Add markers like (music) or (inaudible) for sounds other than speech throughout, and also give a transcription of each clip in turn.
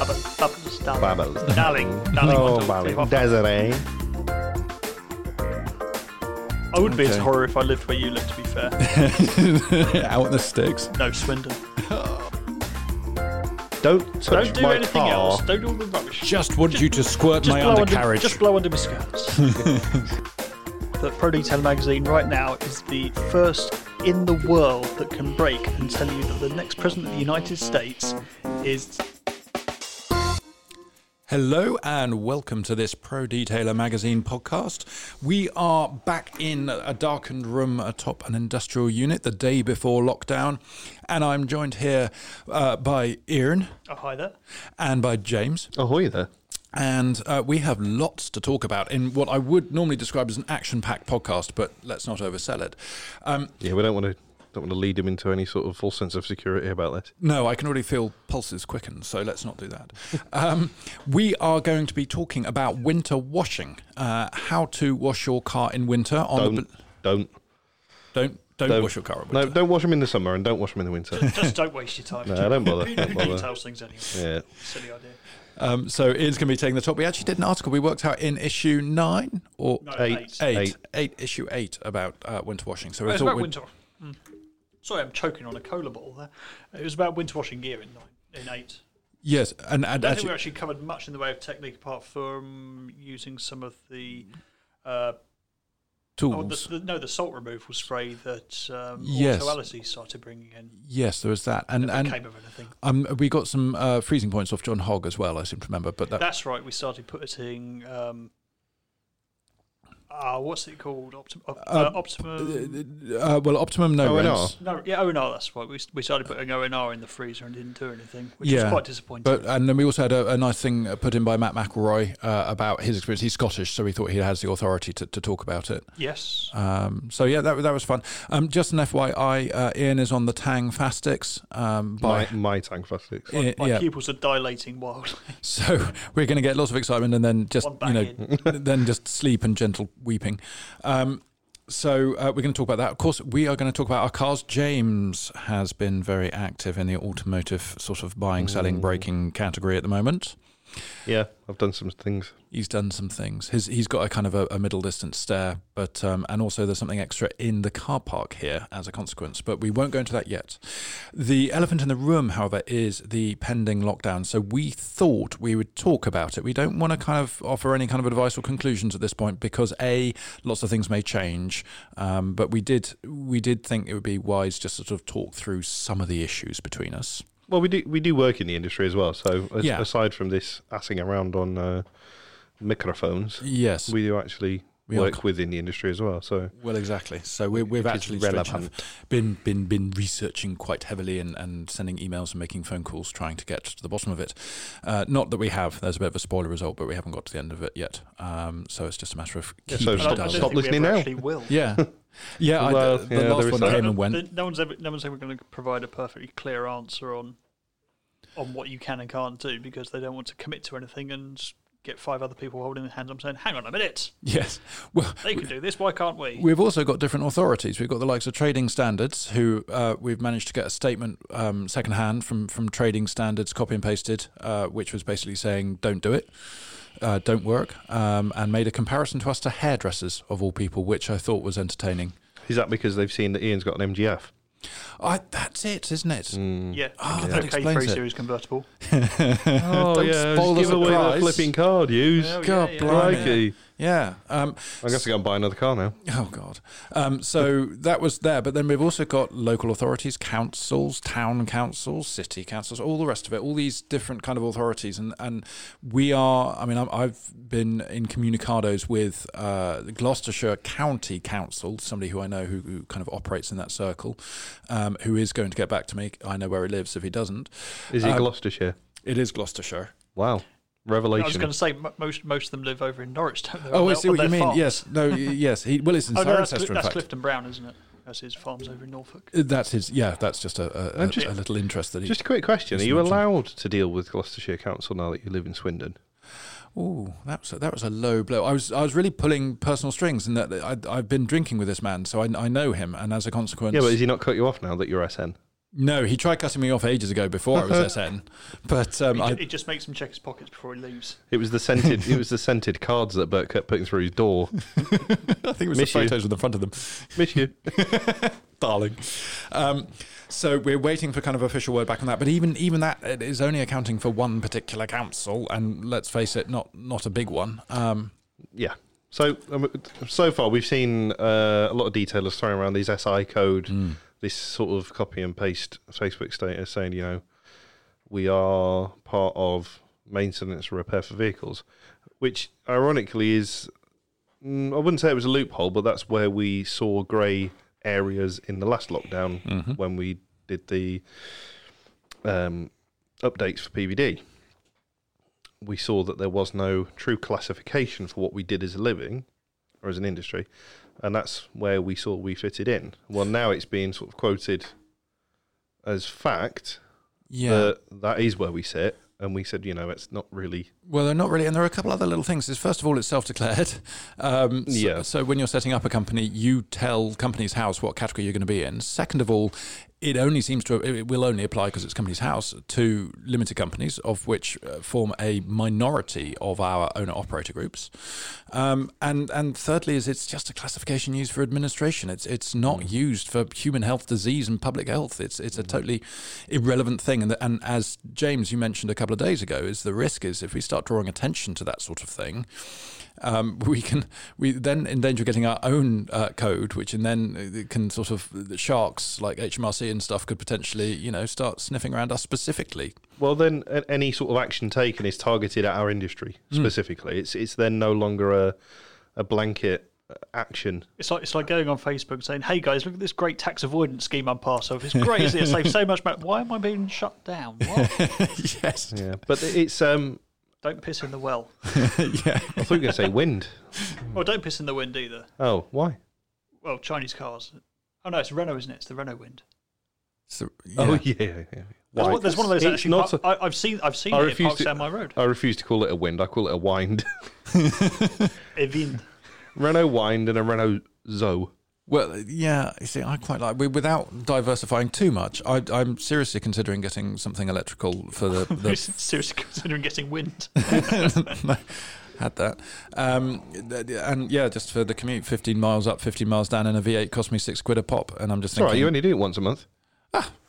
Bubbles, darling. Bubbles. Darling. Darling. one, Oh, two, Molly. three, four, five. Desiree. I wouldn't be as Okay. horror if I lived where you live, to be (laughs) fair. (laughs) Out in the sticks. No, Swindon. Don't touch Don't do my anything car. else. Don't do all the rubbish. Just want you to squirt Just my blow undercarriage. Under, just blow under my (laughs) skirts. the Pro Detail magazine right now is the first in the world that can break and tell you that the next president of the United States is Hello and welcome to this Pro Detailer Magazine podcast. We are back in a darkened room atop an industrial unit the day before lockdown, and I'm joined here uh, by Erin oh, hi (laughs) there. and by James. Ahoy Oh, there. And uh, we have lots to talk about in what I would normally describe as an action packed podcast, but let's not oversell it. Um, Yeah, we don't want to don't want to lead him into any sort of false sense of security about this. No, I can already feel pulses quicken, so let's not do that. (laughs) Um, we are going to be talking about winter washing, uh, how to wash your car in winter. On Don't, The, bl- don't, don't, don't don't wash your car in No, winter. don't wash them in the summer and don't wash them in the (laughs) winter. Just don't waste your time. No, don't bother, Who, don't who bother. details things anyway? yeah. Silly idea. Um, so Ian's going to be taking the top. We actually did an article we worked out in issue nine or No, Eight. eight. eight, Eight. eight, issue eight about uh, winter washing. So It we was thought about we'd- winter. Mm. Sorry, I'm choking on a cola bottle there. It was about winter washing gear in nine, in eight. yes, and, I and don't think actually, we actually covered much in the way of technique apart from using some of the. Uh, oh, tools. the, the, no, the salt removal spray that um, Yes. Auto Alice started bringing in. yes, there was that, and And, and came of anything. um, we got some uh, freezing points off John Hogg as well. I seem to remember, but that, That's right. We started putting. Um, ah, what's it called? Optim- op- uh, Optimum. uh, well, optimum no Oh, and rents. No, yeah, ONR. That's right. We, s- we started putting ONR in the freezer and didn't do anything, which was quite disappointing. But and then we also had a, a nice thing uh, put in by Matt McElroy uh, about his experience. He's Scottish, so we thought he has the authority to, to talk about it. yes, Um, so yeah, that that was fun. Um, just an FYI, uh, Ian is on the Tang Fastix. Um, by My, my tank plastics. I- my yeah. pupils are dilating (laughs) wildly. so we're going to get lots of excitement and then just One you back (laughs) know then just sleep and gentle weeping. Um, so uh, we're going to talk about that. Of course, we are going to talk about our cars. James has been very active in the automotive sort of buying, Mm. selling, breaking category at the moment. Yeah, I've done some things. he's done some things. His he's got a kind of a, a middle distance stare, but um, and also there's something extra in the car park here as a consequence. But we won't go into that yet. The elephant in the room, however, is the pending lockdown. So we thought we would talk about it. We don't want to kind of offer any kind of advice or conclusions at this point because a lots of things may change. Um, but we did we did think it would be wise just to sort of talk through some of the issues between us. Well, we do we do work in the industry as well. So as, Yeah. aside from this assing around on uh, microphones, Yes. we do actually We are work co- within the industry as well. So Well, exactly. So we, we've is actually straight relevant. off been been been researching quite heavily and, and sending emails and making phone calls trying to get to the bottom of it. Uh, not that we have. There's a bit of a spoiler result, but we haven't got to the end of it yet. Um, so it's just a matter of Yeah, keeping so it And I- I stop- don't down. think stop we listening ever now. Actually, will. Yeah, (laughs) yeah. I, Well, the yeah, there last is one that. came and went. (laughs) Th- No one's ever, no one's ever going to provide a perfectly clear answer on on what you can and can't do because they don't want to commit to anything and get five other people holding their hands up saying, "Hang on a minute, Yes. Well, they can do this. Why can't we?" We've also got different authorities. We've got the likes of Trading Standards, who uh, we've managed to get a statement um, secondhand from from Trading Standards, copy and pasted, uh, which was basically saying, "Don't do it, uh, don't work," um, and made a comparison to us to hairdressers of all people, which I thought was entertaining. Is that because they've seen that Ian's got an MGF? I, that's it, isn't it? Yeah, Oh, it's that okay, explains three it. series convertible. (laughs) Oh Don't spoil the give away surprise. the flipping card, use. Oh, yeah, God, yeah. blimey. Crikey. Yeah. Um, I'm going to go and buy another car now. Oh God! Um, so that was there, but then we've also got local authorities, councils, town councils, city councils, all the rest of it, all these different kind of authorities, and and we are. I mean, I'm, I've been in communicados with uh, the Gloucestershire County Council, somebody who I know who, who kind of operates in that circle, um, who is going to get back to me. I know where he lives if he doesn't. Is Um, he Gloucestershire? It is Gloucestershire. Wow. I was Revelation. going to say m- most most of them live over in Norwich. Don't they? On Oh, I their- see on what you their mean. farms. Yes. No. y- Yes. He, well, it's (laughs) in Oh, no, that's, Cirencester, Cl- in that's fact. Clifton Brown, isn't it? That's his farms over in Norfolk. That's his. Yeah. That's just a, a, a, just- a little interest that he. Just a quick question. Are Just you mention. allowed to deal with Gloucestershire Council now that you live in Swindon? Oh, that was a, that was a low blow. I was I was really pulling personal strings, and that I, I've been drinking with this man, so I, I know him, and as a consequence, Yeah, but has he not cut you off now that you're SN? No, he tried cutting me off ages ago before I (laughs) was SN, but um, He, I, he just makes him check his pockets before he leaves. It was the scented. it was the scented cards that Bert kept putting through his (laughs) door. I think it was the Miss you. photos with the front of them. Miss you. darling. Um, so we're waiting for kind of official word back on that. But even even that it is only accounting for one particular council, and let's face it, not not a big one. Um, Yeah. So um, so far we've seen uh, a lot of detailers throwing around these SI code, this sort of copy and paste Facebook status saying you know we are part of maintenance and repair for vehicles, which ironically is mm, I wouldn't say it was a loophole, but that's where we saw grey areas in the last lockdown Mm-hmm. when we did the um, updates for PVD we saw that there was no true classification for what we did as a living or as an industry, and that's where we saw we fitted in. Well, now it's being sort of quoted as fact yeah. that that is where we sit, and we said, you know, it's not really. well, they're not really, and there are a couple other little things. Is first of all, it's self-declared. Um, so, Yeah. So when you're setting up a company, you tell company's house what category you're going to be in. Second of all, it only seems to it it will only apply because it's company's house to limited companies, of which uh, form a minority of our owner operator groups. Um, and and thirdly, is it's just a classification used for administration. It's it's not used for human health, disease, and public health. It's it's a totally irrelevant thing. And the, and as James you mentioned a couple of days ago, is the risk is if we start drawing attention to that sort of thing, um, (laughs) we can we then endanger getting our own uh, code, which and then uh, can sort of the sharks like HMRC and stuff could potentially you know start sniffing around us specifically. Well, then a- any sort of action taken is targeted at our industry specifically. It's it's then no longer a a blanket uh, action. It's like it's like going on Facebook and saying, "Hey guys, look at this great tax avoidance scheme I'm part of. It's great, isn't it? It saves so much money. Why am I being shut down? What? yes. Yeah, but it's um. don't piss in the well. yeah. I thought you were going to say wind. Well, don't piss in the wind either. Oh, why? Well, Chinese cars. Oh no, it's Renault, isn't it? It's the Renault wind. So, Oh yeah. yeah. yeah, yeah. There's Why? one, there's one of those It's actually. not par- I, I've seen I've seen I it. It refuse parks to- down my road. I refuse to call it a wind. I call it a wind. (laughs) A wind. Renault wind and a Renault Zoe. Well, yeah. You see, I quite like. We, without diversifying too much, I, I'm seriously considering getting something electrical for the. (laughs) Who's the Seriously considering getting wind. No, (laughs) had that, um, th- th- and yeah, just for the commute, 15 miles up, 15 miles down, and a V8 cost me six quid a pop, and I'm just It's all thinking. right, you only do it once a month.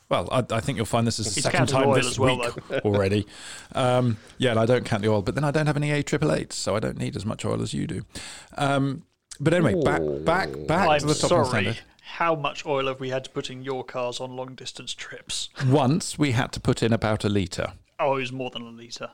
Well, I, I think you'll find this is the He's second counted time oil this as well, week (laughs) already. Um, yeah, and I don't count the oil, but then I don't have any A triple eights, so I don't need as much oil as you do. Um, but anyway, back back back to I'm the top of sorry. standard. How much oil have we had to put in your cars on long distance trips? (laughs) Once we had to put in about a litre. Oh, it was more than a litre.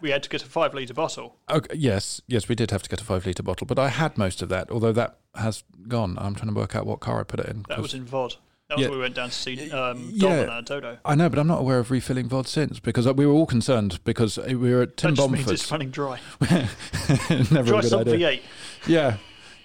We had to get a five litre bottle. Okay, yes, yes, we did have to get a five litre bottle, but I had most of that, although that has gone. I'm trying to work out what car I put it in. That 'cause- was in VOD. That was Yeah. where we went down to see um, Yeah. Dom and Dodo. I know, but I'm not aware of refilling VOD since because uh, we were all concerned because uh, we were at Tim That just means it's Bomford's. running dry. (laughs) Never Try a good some idea. V8. Yeah.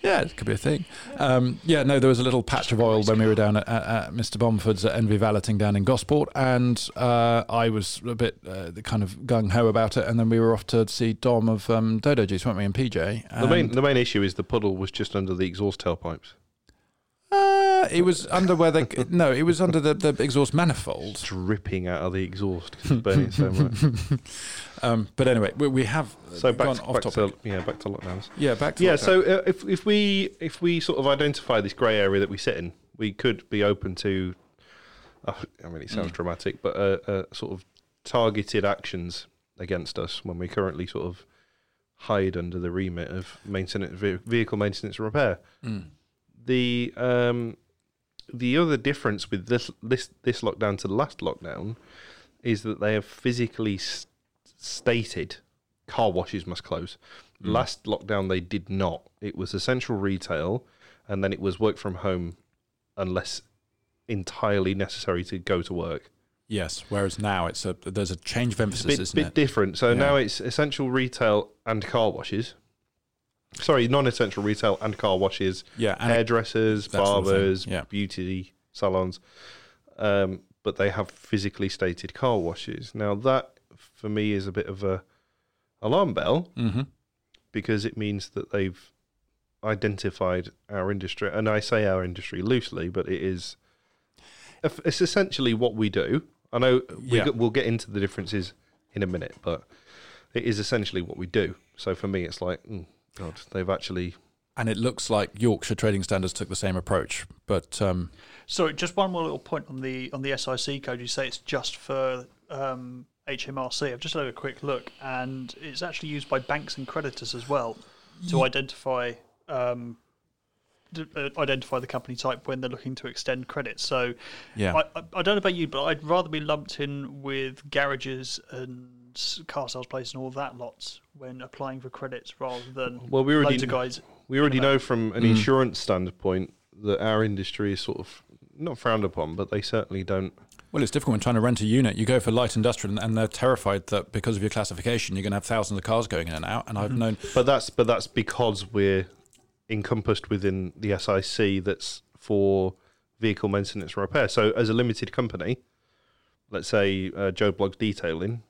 Yeah, it could be a thing. Um, yeah, no, there was a little patch of oil when we were down at, at, at Mr. Bomford's at Envy Valeting down in Gosport, and uh, I was a bit uh, kind of gung ho about it. And then we were off to see Dom of um, Dodo Juice, weren't we, and PJ? The main And, the main issue is the puddle was just under the exhaust tailpipes. uh, it was under where the no, it was under the, the exhaust manifold. (laughs) Dripping out of the exhaust 'cause it's burning (laughs) so much. Um, but anyway, we, we have So back, gone to, off back topic. to yeah, back to lockdowns. yeah, back to Yeah, lockdown. so uh, if if we if we sort of identify this grey area that we sit in, we could be open to uh, I mean it Hmm. sounds dramatic, but uh, uh, sort of targeted actions against us when we currently sort of hide under the remit of maintenance ve- vehicle maintenance and repair. Mm. the um, the other difference with this this this lockdown to the last lockdown is that they have physically s- stated car washes must close. Mm. Last lockdown they did not. It was essential retail, and then it was work from home, unless entirely necessary to go to work. Yes, whereas now it's a there's a change of emphasis, It's a bit, isn't bit it? different. So Yeah. now it's essential retail and car washes. Sorry, non-essential retail and car washes. yeah, and hairdressers, that sort of thing, barbers, yeah. beauty salons, um, but they have physically stated car washes. Now that for me is a bit of a alarm bell hmm because it means that they've identified our industry, and I say our industry loosely, but it is eff- it's essentially what we do. I know we Yeah. g we'll get into the differences in a minute, but it is essentially what we do. So for me, it's like, mm, God, they've actually And it looks like Yorkshire Trading Standards took the same approach, but um, Sorry, just one more little point on the on the SIC code. You say it's just for um, HMRC. I've just had a quick look, and it's actually used by banks and creditors as well to identify um, d- uh, identify the company type when they're looking to extend credit. So, Yeah. I, I, I don't know about you, but I'd rather be lumped in with garages and car sales places and all that lot when applying for credits rather than Well, we already loads of guys. we already know from an insurance standpoint that our industry is sort of not frowned upon, but they certainly don't. well, it's difficult when trying to rent a unit. You go for light industrial, and- and they're terrified that because of your classification, you're going to have thousands of cars going in and out. And I've known But that's but that's because we're encompassed within the SIC that's for vehicle maintenance and repair. So as a limited company, let's say uh, Joe Blogs Detailing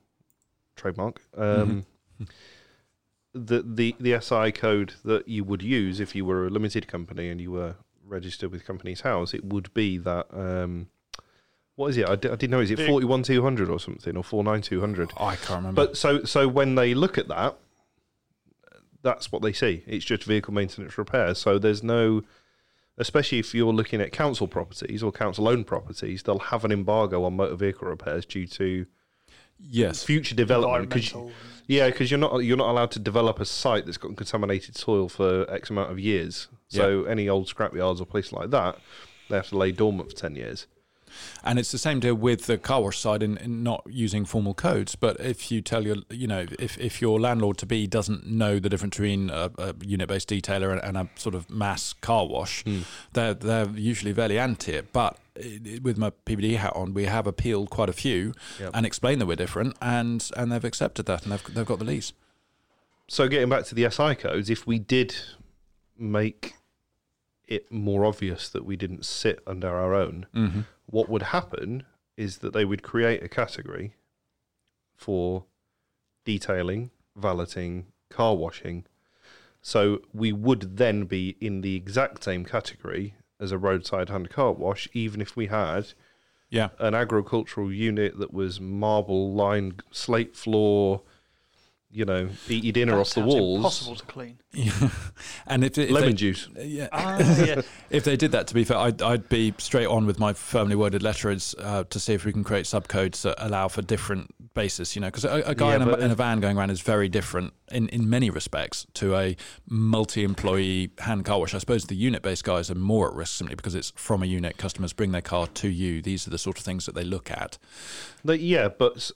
trademark, um, the the the SI code that you would use if you were a limited company and you were registered with Companies House, it would be that. Um, what is it? I, d- I didn't know. Is it Vehi- forty one two hundred or something, or four nine two hundred? I can't remember. But so so when they look at that, that's what they see. It's just vehicle maintenance repair. So there's no, especially if you're looking at council properties or council owned properties, they'll have an embargo on motor vehicle repairs due to yes, future development. 'cause you- Environmental. yeah, because you're not you're not allowed to develop a site that's got contaminated soil for X amount of years. So any old scrapyards or places like that, they have to lay dormant for ten years. And it's the same deal with the car wash side in, in not using formal codes. But if you tell your, you know, if, if your landlord to be doesn't know the difference between a, a unit based detailer and, and a sort of mass car wash, they're, they're usually fairly anti it. But it, it- with my PBD hat on, we have appealed quite a few and explained that we're different, and, and they've accepted that and they've, they've got the lease. So getting back to the SI codes, if we did make it more obvious that we didn't sit under our own, what would happen is that they would create a category for detailing, valeting, car washing. So we would then be in the exact same category as a roadside hand car wash, even if we had Yeah. (laughs) an agricultural unit that was marble lined slate floor, you know, eat your dinner That off the sounds walls. Impossible to (laughs) clean. and if, if Lemon they, juice. yeah, Ah, yeah. If they did that, to be fair, I'd, I'd be straight on with my firmly worded letters uh, to see if we can create subcodes that allow for different basis. You know, because a, a guy Yeah, in, a, but- in a van going around is very different in, in many respects to a multi-employee hand car wash. I suppose the unit-based guys are more at risk simply because it's from a unit. Customers bring their car to you. These are the sort of things that they look at. No, yeah, but s-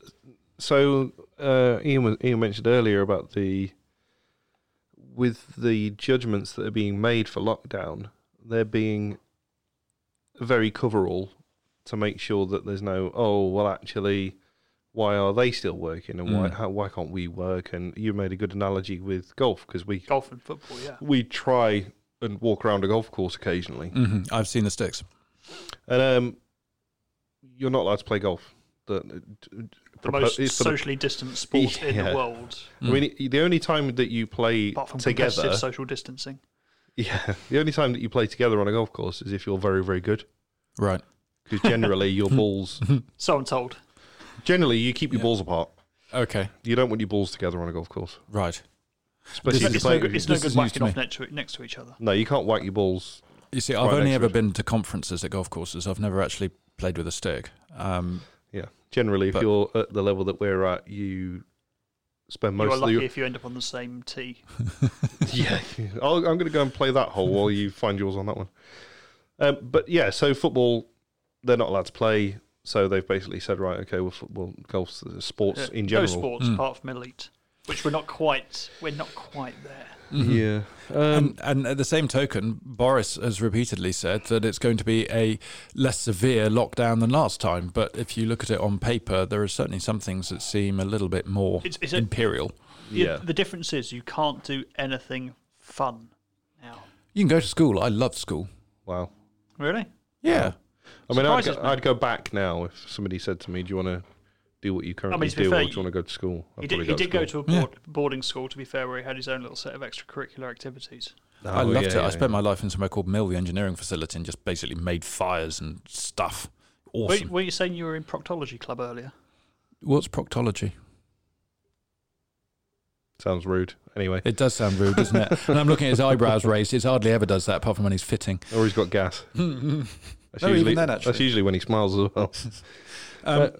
so uh, Ian, was, Ian mentioned earlier about the with the judgments that are being made for lockdown, they're being very coverall to make sure that there's no oh well actually why are they still working and Mm. why how, why can't we work and you made a good analogy with golf because we Golf and football, yeah. we try and walk around a golf course occasionally hmm I've seen the sticks. and um you're not allowed to play golf the, uh, the most it's for the- socially distant sport in Yeah. the world, I mean, the only time that you play apart from together, competitive social distancing. (laughs) yeah, the only time that you play together on a golf course is if you're very, very good. Right. Because generally, your balls, So I'm told. generally, you keep your balls apart. Okay. You don't want your balls together on a golf course, Right. especially This if is- you It's no, play. good- it's no this good is news whacking to off me. next to, e, next to each other. no, you can't whack your balls. You see, I've Right only next to ever it. been to conferences at golf courses. I've never actually played with a stick. Um, Yeah, generally, if But- you're at the level that we're at, you spend You most are of the lucky if you end up on the same tee. yeah, (laughs) I'll, I'm going to go and play that hole while you find yours on that one. Um, but yeah, so football, they're not allowed to play. So they've basically said, right, okay, well, football, golf's uh, sports Yeah. in general. Mm. No sports apart from elite, which we're not quite. We're not quite there. Mm-hmm. Yeah. Um, and, and at the same token, Boris has repeatedly said that it's going to be a less severe lockdown than last time. But if you look at it on paper, there are certainly some things that seem a little bit more It's- it's a- imperial. You- Yeah. The difference is you can't do anything fun now. you can go to school. I love school. wow. Really? Yeah. I mean, I'd Surprises go, me. I'd go back now if somebody said to me, do you want to do what you currently to be do fair, or do you want to go to school? I'd He did, probably he did go school. to a board, boarding school, to be fair, where he had his own little set of extracurricular activities. Oh, I loved yeah, it. yeah, I spent my life in somewhere called Mill, the engineering facility, and just basically made fires and stuff. Were, awesome. were you saying you were in proctology club earlier? What's proctology? Sounds rude. Anyway, (laughs) It does sound rude, doesn't it? And I'm looking at his eyebrows raised. It hardly ever does that, apart from when he's fitting. (laughs) or he's got gas. um, That's No, even usually, then, that's actually. Um, usually when he smiles as well.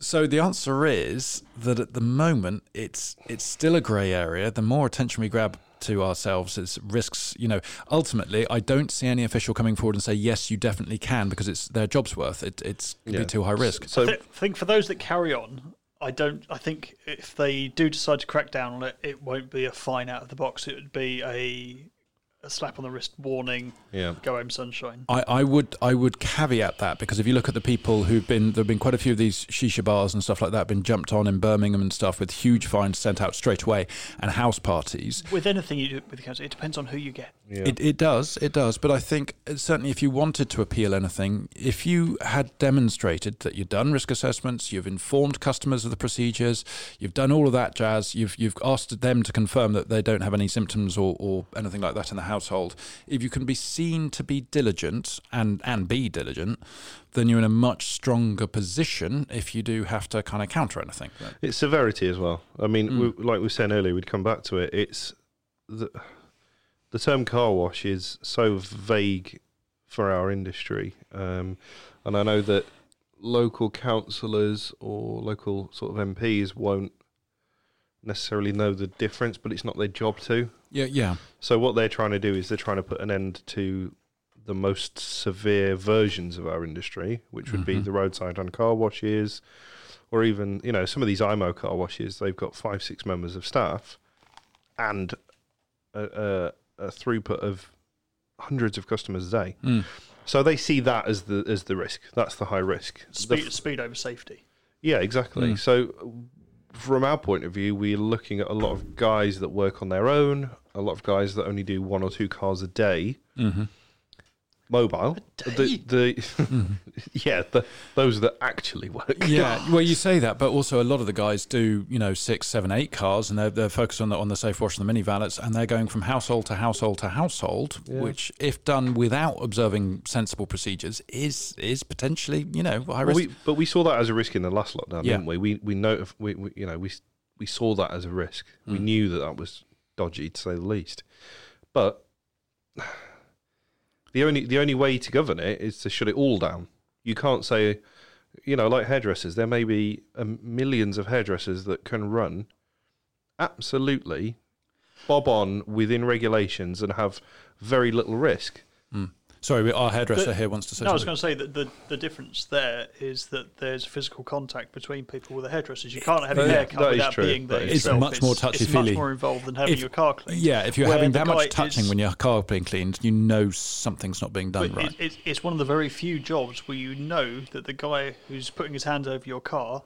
so the answer is that at the moment it's it's still a grey area. The more attention we grab to ourselves, it's risks. You know, ultimately, I don't see any official coming forward and say yes, you definitely can, because it's their job's worth. It, it's could Yeah. be too high risk. So Th- I think for those that carry on, I don't. I think if they do decide to crack down on it, it won't be a fine out of the box. It would be a, a slap on the wrist warning. yeah, Go home, sunshine. I, I would I would caveat that because if you look at the people who've been there have been quite a few of these shisha bars and stuff like that been jumped on in Birmingham and stuff with huge fines sent out straight away and house parties. With anything you do with the council, it depends on who you get. yeah. It, it does, it does. But I think uh, certainly if you wanted to appeal anything, if you had demonstrated that you've done risk assessments, you've informed customers of the procedures, you've done all of that jazz, you've you've asked them to confirm that they don't have any symptoms or, or anything like that in the household, if you can be seen to be diligent and, and be diligent, then you're in a much stronger position if you do have to kind of counter anything. It's severity as well. I mean, we, like we were saying earlier, we'd come back to it. It's the the term car wash is so vague for our industry, um, and I know that local councillors or local sort of MPs won't necessarily know the difference, but it's not their job to. Yeah, yeah. So what they're trying to do is they're trying to put an end to the most severe versions of our industry, which would be Mhm. the roadside and car washes, or even you know some of these IMO car washes. They've got five, six members of staff, and a, a, a throughput of hundreds of customers a day. Mm. So they see that as the as the risk. That's the high risk. The Speed, speed over safety. yeah, exactly. Hmm. Mm. So, from our point of view, we're looking at a lot of guys that work on their own, a lot of guys that only do one or two cars a day, Mhm. mobile. Mm-hmm. A day? Mm-hmm. The, (laughs) the yeah, the, those that actually work. Yeah, well, you say that, but also a lot of the guys do, you know, six, seven, eight cars, and they're, they're focused on the on the safe wash and the mini valets, and they're going from household to household to household, which, if done without observing sensible procedures, is is potentially, you know, high Well, risk. we, but we saw that as a risk in the last lockdown, Yeah. didn't we? We we, notif- we we you know we s- we saw that as a risk. We Hmm. knew that that was dodgy to say the least. But (sighs) the only the only way to govern it is to shut it all down. You can't say, you know, like hairdressers. There may be um, millions of hairdressers that can run absolutely bob on within regulations and have very little risk. Sorry, we- our hairdresser But- here wants to say No, I was going something. to say that the, the difference there is that there's physical contact between people with the hairdressers. You can't have your Yeah, hair that cut is without true. being there. That is yourself. true. It's much more It's touchy-feely. much more involved than having If- your car cleaned. yeah, if you're where having the that much guy touching is- when your car being cleaned, you know something's not being done But right. it, it's it's one of the very few jobs where you know that the guy who's putting his hand over your car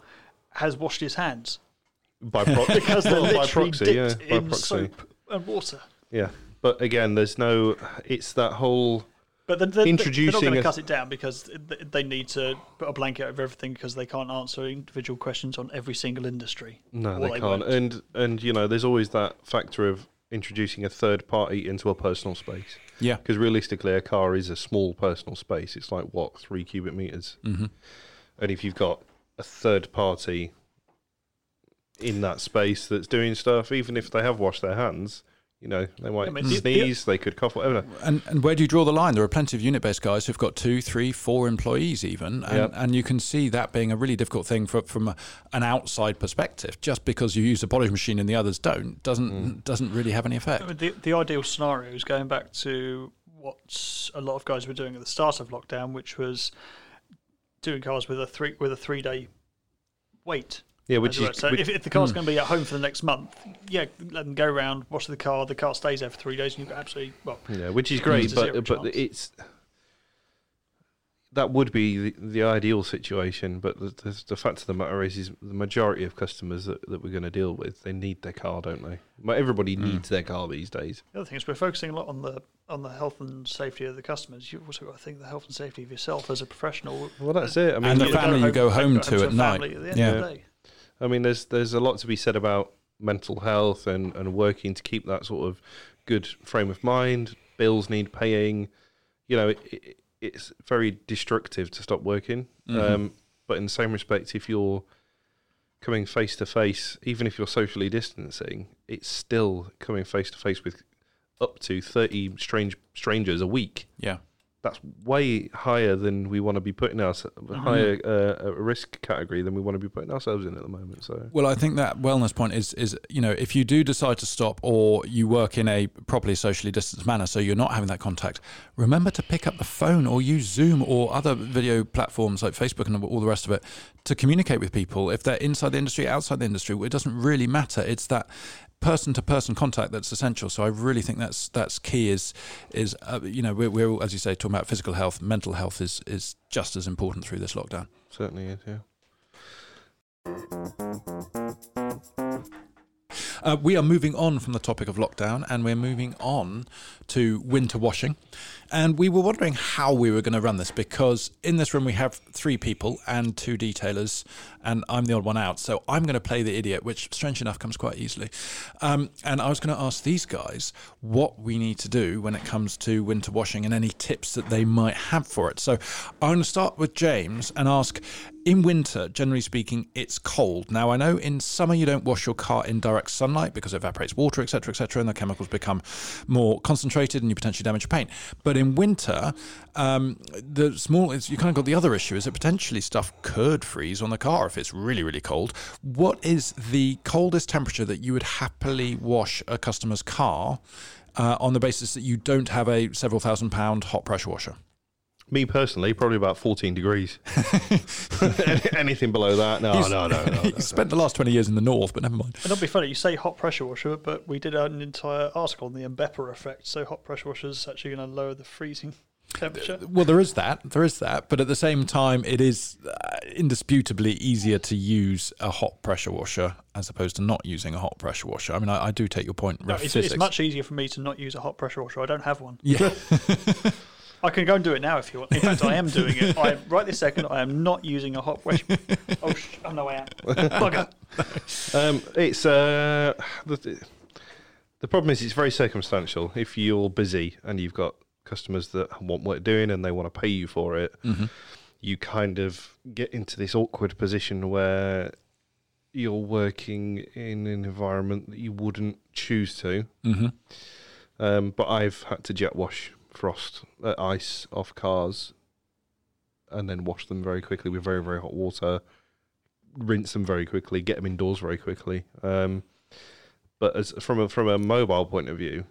has washed his hands (laughs) By, pro- because they're well, by literally proxy, yeah, dipped by in proxy. soap and water. Yeah, but again, there's no. It's that whole. But they're, they're, they're not Introducing going to a- cut it down because th- they need to put a blanket over everything because they can't answer individual questions on every single industry. No, Or they can't. won't. And and you know, there's always that factor of introducing a third party into a personal space. yeah, Because realistically, a car is a small personal space. It's like what three cubic meters. Mm-hmm. And if you've got a third party in that space that's doing stuff, even if they have washed their hands, you know, they might I mean, the- the- sneeze, they could cough, whatever. And, and where do you draw the line? There are plenty of unit based guys who've got two, three, four employees, even. And, Yep. and you can see that being a really difficult thing for, from a, an outside perspective. Just because you use a polish machine and the others don't, doesn't, doesn't really have any effect. I mean, the, the ideal scenario is going back to what a lot of guys were doing at the start of lockdown, which was doing cars with a three with a three day wait. Yeah, which as it were. is so which- if, if the Hmm. car's going to be at home for the next month, yeah, let them go around, wash the car. The car stays there for three days, and you've got absolutely well. Hmm. Yeah, which is It's great, a but zero but chance. it's that would be the, the ideal situation. But the, the, the fact of the matter is, is the majority of customers that, that we're going to deal with, they need their car, don't they? Well, Everybody needs their car these days. The other thing is we're focusing a lot on the on the health and safety of the customers. You also got to think the health and safety of yourself as a professional. Well, that's it. I mean, And the You fact- family you go home to a at night. family At the end of Yeah. the day. I mean, there's there's a lot to be said about mental health and and working to keep that sort of good frame of mind. Bills need paying. You know, it, it, it's very destructive to stop working. Mhm. Um, but in the same respect, if you're coming face to face, even if you're socially distancing, it's still coming face to face with up to thirty strange strangers a week. Yeah. That's way higher than we want to be putting ourselves higher uh, a risk category than we want to be putting ourselves in at the moment. So Well, I think that wellness point is is you know if you do decide to stop or you work in a properly socially distanced manner, so you're not having that contact. Remember to pick up the phone or use Zoom or other video platforms like Facebook and all the rest of it to communicate with people. If they're inside the industry, outside the industry, it doesn't really matter. It's that person to person contact that's essential. So I really think that's that's key. Is is uh, you know we're, we're all, as you say talking about physical health, mental health is is just as important through this lockdown. certainly is, yeah. Uh, we are moving on from the topic of lockdown and we're moving on to winter washing. And we were wondering how we were going to run this because in this room we have three people and two detailers, and I'm the odd one out. So I'm going to play the idiot, which strange enough comes quite easily. Um, and I was going to ask these guys what we need to do when it comes to winter washing and any tips that they might have for it. So I'm going to start with James and ask in winter, generally speaking, it's cold. Now, I know in summer you don't wash your car in direct sunlight because it evaporates water, etc., etc., and the chemicals become more concentrated and you potentially damage your paint. But in winter, um, the small it's, you kind of got the other issue is that potentially stuff could freeze on the car if it's really, really cold. What is the coldest temperature that you would happily wash a customer's car uh, on the basis that you don't have a several thousand pound hot pressure washer? Me personally, probably about 14 (laughs) degrees. Anything below that, no, He's- no, no, no. you spent the last 20 years in the north, but never mind. And that'd be funny. You say hot pressure washer, but we did an entire article on the Mbepa effect. So hot pressure washer is actually going to lower the freezing temperature. Well, there is that. There is that. But at the same time, it is uh, indisputably easier to use a hot pressure washer as opposed to not using a hot pressure washer. I mean, I, I do take your point. No, with it's, physics. it's much easier for me to not use a hot pressure washer. I don't have one. (laughs) Yeah. I can go and do it now if you want. In fact, I am doing it. I, right this second, I am not using a hot wash. Oh, sh- oh no, I (laughs) am. Bugger. Um, it's uh, the, the problem is it's very circumstantial. If you're busy and you've got customers that want what you're doing and they want to pay you for it, you kind of get into this awkward position where you're working in an environment that you wouldn't choose to. hmm Um, but I've had to jet wash frost uh, ice off cars and then wash them very quickly with very, very hot water, rinse them very quickly, get them indoors very quickly. Um, but as from a, from a mobile point of view,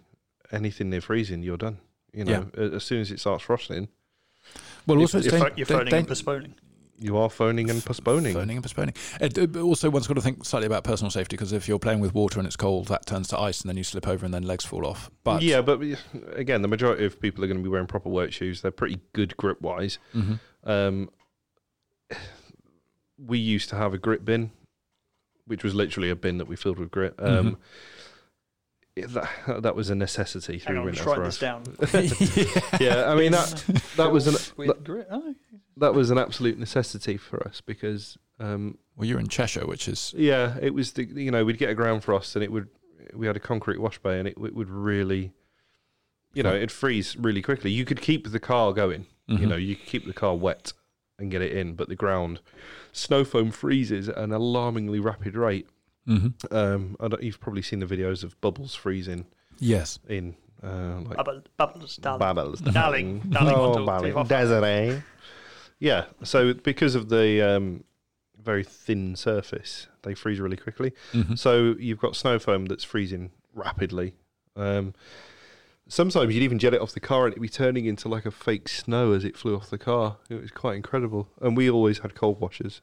anything near freezing, you're done. You know, A- as soon as it starts frosting, Well, If- also, it's if dan- I- You're dan- phoning dan- and postponing. you are phoning and postponing. Phoning and postponing. Uh, d- but also, one's got to think slightly about personal safety because if you're playing with water and it's cold, that turns to ice and then you slip over and then legs fall off. But yeah, but we- again, the majority of people are going to be wearing proper work shoes. They're pretty good grip wise. (laughs) (laughs) Mhm. Um, we used to have a grit bin, which was literally a bin that we filled with grit. Um, it- that, that was a necessity Hang through on, I'm winter just for writing this us. down. (laughs) Yeah, I mean that that was an With grit. Oh, that was an absolute necessity for us because um, well, you're in Cheshire, which is yeah, it was the you know we'd get a ground frost and it would we had a concrete wash bay and it, w- would really, you know, it'd freeze really quickly. You could keep the car going, you know, you could keep the car wet and get it in, but the ground snow foam freezes at an alarmingly rapid rate. hmm Um, I don't, you've probably seen the videos of bubbles freezing yes. in uh, like Bubble, bubbles, darling. Babbles. (laughs) Darling. Darling, one, two, three, four, five. Oh, Desiree. Yeah, so because of the um, very thin surface, they freeze really quickly. So you've got snow foam that's freezing rapidly. Um, sometimes you'd even jet it off the car and it'd be turning into like a fake snow as it flew off the car. It was quite incredible. And we always had cold washers.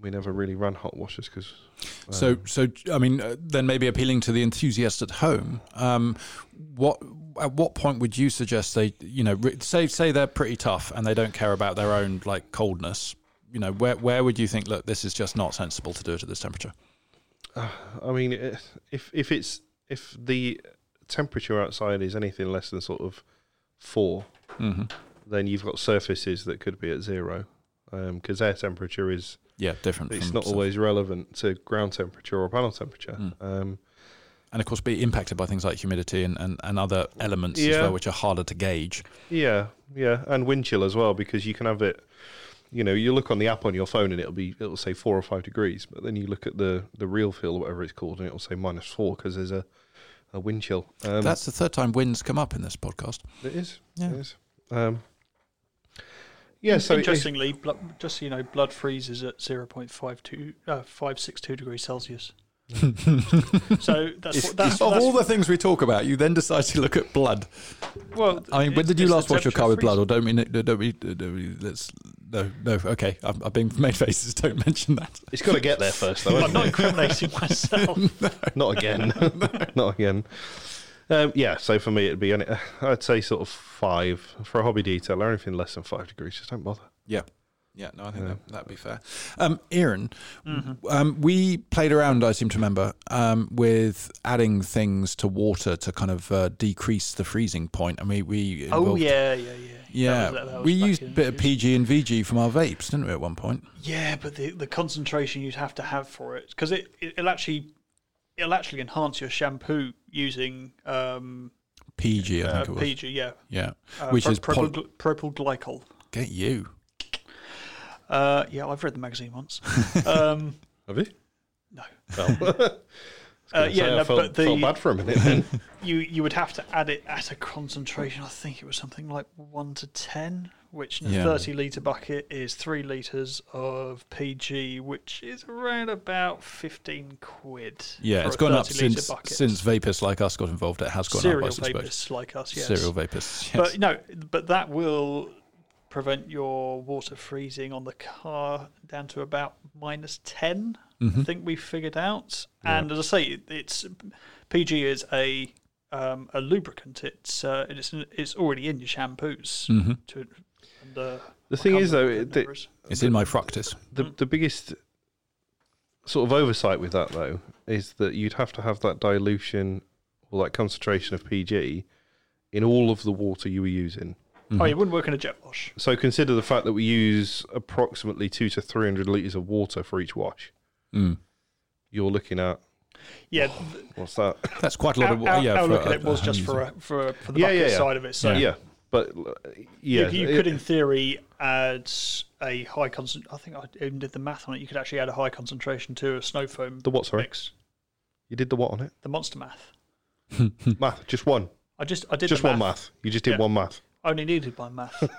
We never really ran hot washers because So, so I mean, uh, then maybe appealing to the enthusiast at home. Um, what at what point would you suggest they, you know, re- say say they're pretty tough and they don't care about their own like coldness? You know, where where would you think? Look, this is just not sensible to do it at this temperature. I mean, eh, if if it's if the temperature outside is anything less than sort of four, Mm-hmm. then you've got surfaces that could be at zero, because air temperature is Yeah, different. it's from not some- always relevant to ground temperature or panel temperature. Um, and of course be impacted by things like humidity and, and, and other elements as Yeah. well, which are harder to gauge. Yeah, yeah, and wind chill as well because you can have it. You know, you look on the app on your phone and it'll be it'll say four or five degrees, but then you look at the the real feel or whatever it's called and it'll say minus four because there's a a wind chill. Um, That's the third time winds come up in this podcast. it is. Yeah. It is. Um, yeah. So it is- Interestingly, blo- just so you know, blood freezes at 0.52, uh, 562 degrees (laughs) Celsius. so that's what, that's, of that's all the things we talk about, you then decide to look at blood. well. I mean, when it's- did you it's the last wash your car with temperature blood? Or don't mean it, don't we, don't we, let's no no okay. I've, I've been (laughs) made faces. Don't mention that. it's got to get there first, though. (laughs) freeze. I'm (laughs) hasn't not it? incriminating myself. not again. (laughs) not again. Um, yeah. So for me, it'd be any, I'd say sort of five for a hobby detailer. Anything less than five degrees, just don't (laughs) bother. Yeah. Yeah, no, I think that, that'd be fair. Um, Aaron, Mm-hmm. um, we played around, I seem to remember, um, with adding things to water to kind of uh, decrease the freezing point. I mean, we. Oh involved- yeah, yeah, yeah. That Yeah. was- that- that was we back used a in- bit of PG and VG from our vapes, didn't we, at one point? Yeah, but the, the concentration you'd have to have for it because it, it it'll actually it'll actually enhance your shampoo using um, PG, I uh, think it was. PG, yeah, Yeah. uh, Which pro- is. Poly- propyl, propyl glycol. Get you. Uh, yeah, I've read the magazine once. um, Have you? no, (laughs) Well, uh, yeah, So I no, felt, but the felt bad for a minute (laughs) then. you you would have to add it at a concentration. I think it was something like one to ten, which in a Yeah. thirty liter bucket is three liters of PG, which is around about fifteen quid. Yeah, for it's a gone up 30 since bucket. since vapists like us got involved. It has gone serial up, I suspect. vapists like us. Yes, Serial vapists. Yes. but no, but that will prevent your water freezing on the car down to about minus 10 Mm-hmm. I think we figured out. And as I say, it- it's PG is a um, a lubricant. It's uh, it's it's already in your shampoos. Mm-hmm. To and, uh, The I thing can't is, though, remember it- what the number is. it's in my fructus. the the biggest sort of oversight with that though is that you'd have to have that dilution or that concentration of PG in all of the water you were using. Mm-hmm. oh, it wouldn't work in a jet wash. So consider the fact that we use approximately two to three hundred liters of water for each wash. Mm. You're looking at Yeah, what's that? That's quite a lot our, of. our, yeah, our for look a- at it a was home just user. for a, for, a, for the Yeah, bucket yeah, yeah. side of it. So yeah. but uh, yeah, you, it- you could, in theory, add a high concent. I think I even did the math on it. You could actually add a high concentration to a snow foam the what? Sorry, mix. you did the what on it? The monster math. math, just one, I just I did just the one math. You just did Yeah. one math. I only needed one math.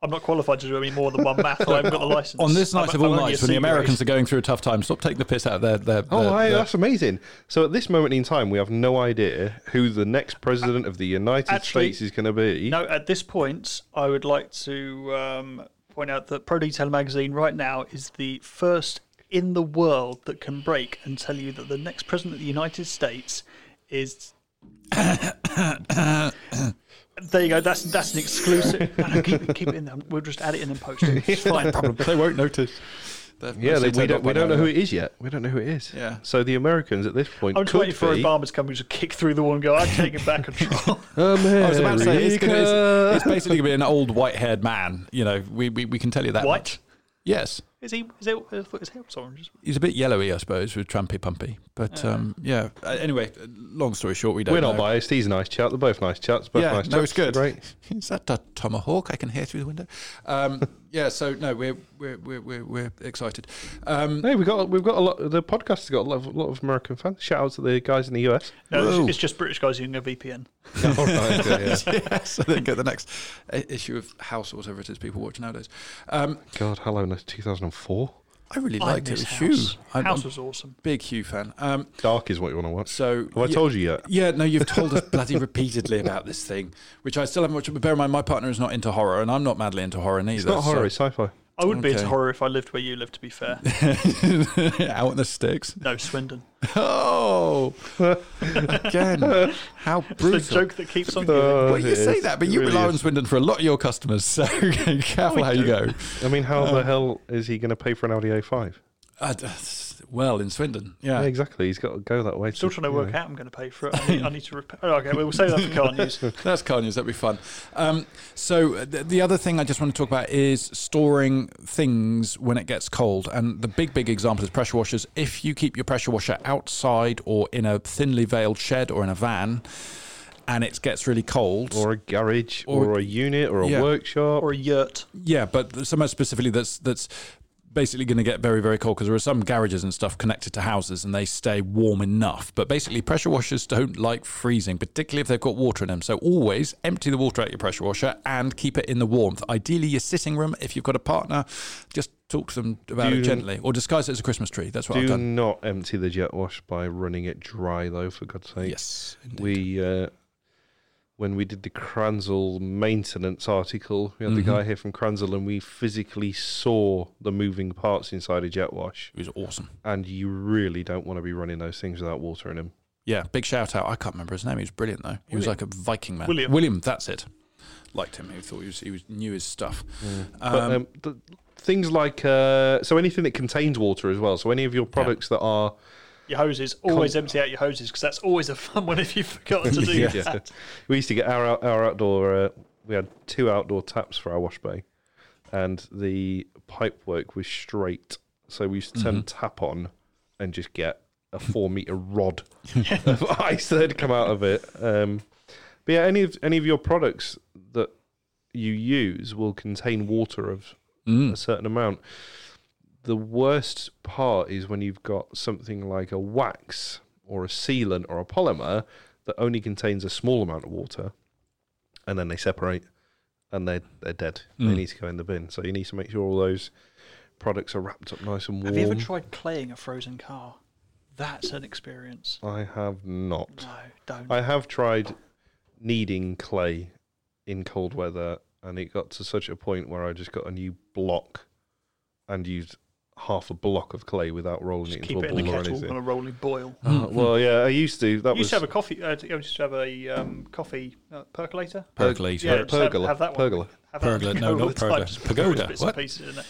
I'm not qualified to do any more than one math. I haven't got the license. (laughs) On this I'm- night of I'm all only a nights, when the C grade. Americans are going through a tough time, stop taking the piss out of their. their, Oh, their- hey, their- that's amazing. So at this moment in time, we have no idea who the next president of the United Actually, States is going to be. No, at this point, I would like to um, point out that Pro Detail magazine right now is the first in the world that can break and tell you that the next president of the United States is. (coughs) there you go. That's that's an (laughs) exclusive. No, no, keep, it, keep it in there. We'll just add it in and post it. It's fine. problem. (laughs) They won't notice. Yeah, they, we don't we don't know who it is yet. We don't know who it is. Yeah. So the Americans at this point I'm just could waiting for be. Obama's coming to kick through the wall and go, I'm taking back (laughs) control. I was about to say it's, gonna, it's, America. it's basically going to be an old white-haired man. You know, we, we, we can tell you that. White? much. Yes, Is he? Is he? I thought his hair was orange. he's a bit yellowy, I suppose, with trampy pumpy. But um, yeah. Uh, Anyway, long story short, we don't. We're not know. biased. He's a nice chap. They're both nice chaps. Both yeah, nice no, chaps. it's good. Great. (laughs) Is that a tomahawk I can hear through the window? Um, (laughs) yeah, so no, we're we're we're we're, we're excited. (laughs) Um, (laughs) Hey, we've got we've got a lot. The podcast has got a lot of, lot of American fans. Shout out to the guys in the US. (laughs) No, Whoa. it's, it's just British guys using a VPN. yeah, so then get the next i- issue of House or whatever it is people watch nowadays. Um, (laughs) God, hello, 2004. I really I liked miss it. It was House. Hugh. I'm, House I'm was awesome. a big Hugh fan. Um, Dark is what you want to watch. so have I yeah- told you yet? Yeah, no, you've told us bloody repeatedly about this thing, which I still haven't watched. But bear in mind, my partner is not into horror, and I'm not madly into horror neither. It's not horror. It's sci-fi. I wouldn't be Okay. into horror if I lived where you live, to be fair. so- (laughs) out in the sticks. (laughs) No, Swindon. (laughs) Oh, again, how brutal! It's the joke that keeps on Uh, giving. Well, you It say is. that, but It you really rely on is. Swindon for a lot of your customers, so (laughs) careful how you go. I mean, how the hell is he going to pay for an Audi A5? Uh, that's- well in Swindon. Yeah, Yeah. exactly. He's got to go that way. Still to- trying to you work know. out. I'm going to pay for (laughs) it. I need, I need to repair. Oh, okay, well, we'll save that for car news. That's car news. That'd be fun. Um, so uh, th- the other thing I just want to talk about is storing things when it gets cold. And the big, big example is pressure washers. If you keep your pressure washer outside or in a thinly veiled shed or in a van, and it gets really cold, Or a garage, Or- or, a unit, or a Yeah. workshop. Or a yurt. yeah, but th- somewhere specifically that's that's basically going to get very very cold because there are some garages and stuff connected to houses and they stay warm enough but basically pressure washers don't like freezing particularly if they've got water in them so always empty the water out your pressure washer and keep it in the warmth ideally your sitting room if you've got a partner just talk to them about Do it you- gently or disguise it as a christmas tree that's what i've Do done not empty the jet wash by running it dry, though, for God's sake. yes indeed. we uh, when we did the Kranzel maintenance article, we had the guy here from Kranzel, and we physically saw the moving parts inside a jet wash. it was awesome And you really don't want to be running those things without water in them. yeah big shout out i can't remember his name he was brilliant though he was like a viking man William. william that's it liked him he thought he was he was knew his stuff but um, th- things like uh, so anything that contains water as well. So any of your products that are Your hoses. Always empty out your hoses because that's always a fun one if you've forgotten to do (laughs) Yeah. that. we used to get our out- our outdoor. Uh, we had two outdoor taps for our wash bay, and the pipe work was straight. So we used to turn tap on and just get a four meter rod of ice that had come out of it. Um, but yeah, any of any of your products that you use will contain water of mm, a certain amount. The worst part is when you've got something like a wax or a sealant or a polymer that only contains a small amount of water, and then they separate and they're they're dead. They need to go in the bin. So you need to make sure all those products are wrapped up nice and warm. Have you ever tried playing a frozen car? That's an experience. I have not. No, don't. I have tried kneading clay in cold weather, and it got to such a point where I just got a new block and used half a block of clay without rolling Just it keep into it a in the ball or kettle on anything. a rolling boil. Uh, well, yeah, I used to. You That was used to have a coffee. Uh, I used to have a um, coffee uh, percolator. Percolator. Yeah, just have- pergola. have that one. pergola. Have that Pergola, no, all not the time, pergola. just Pagoda, Bits what? And pieces in it.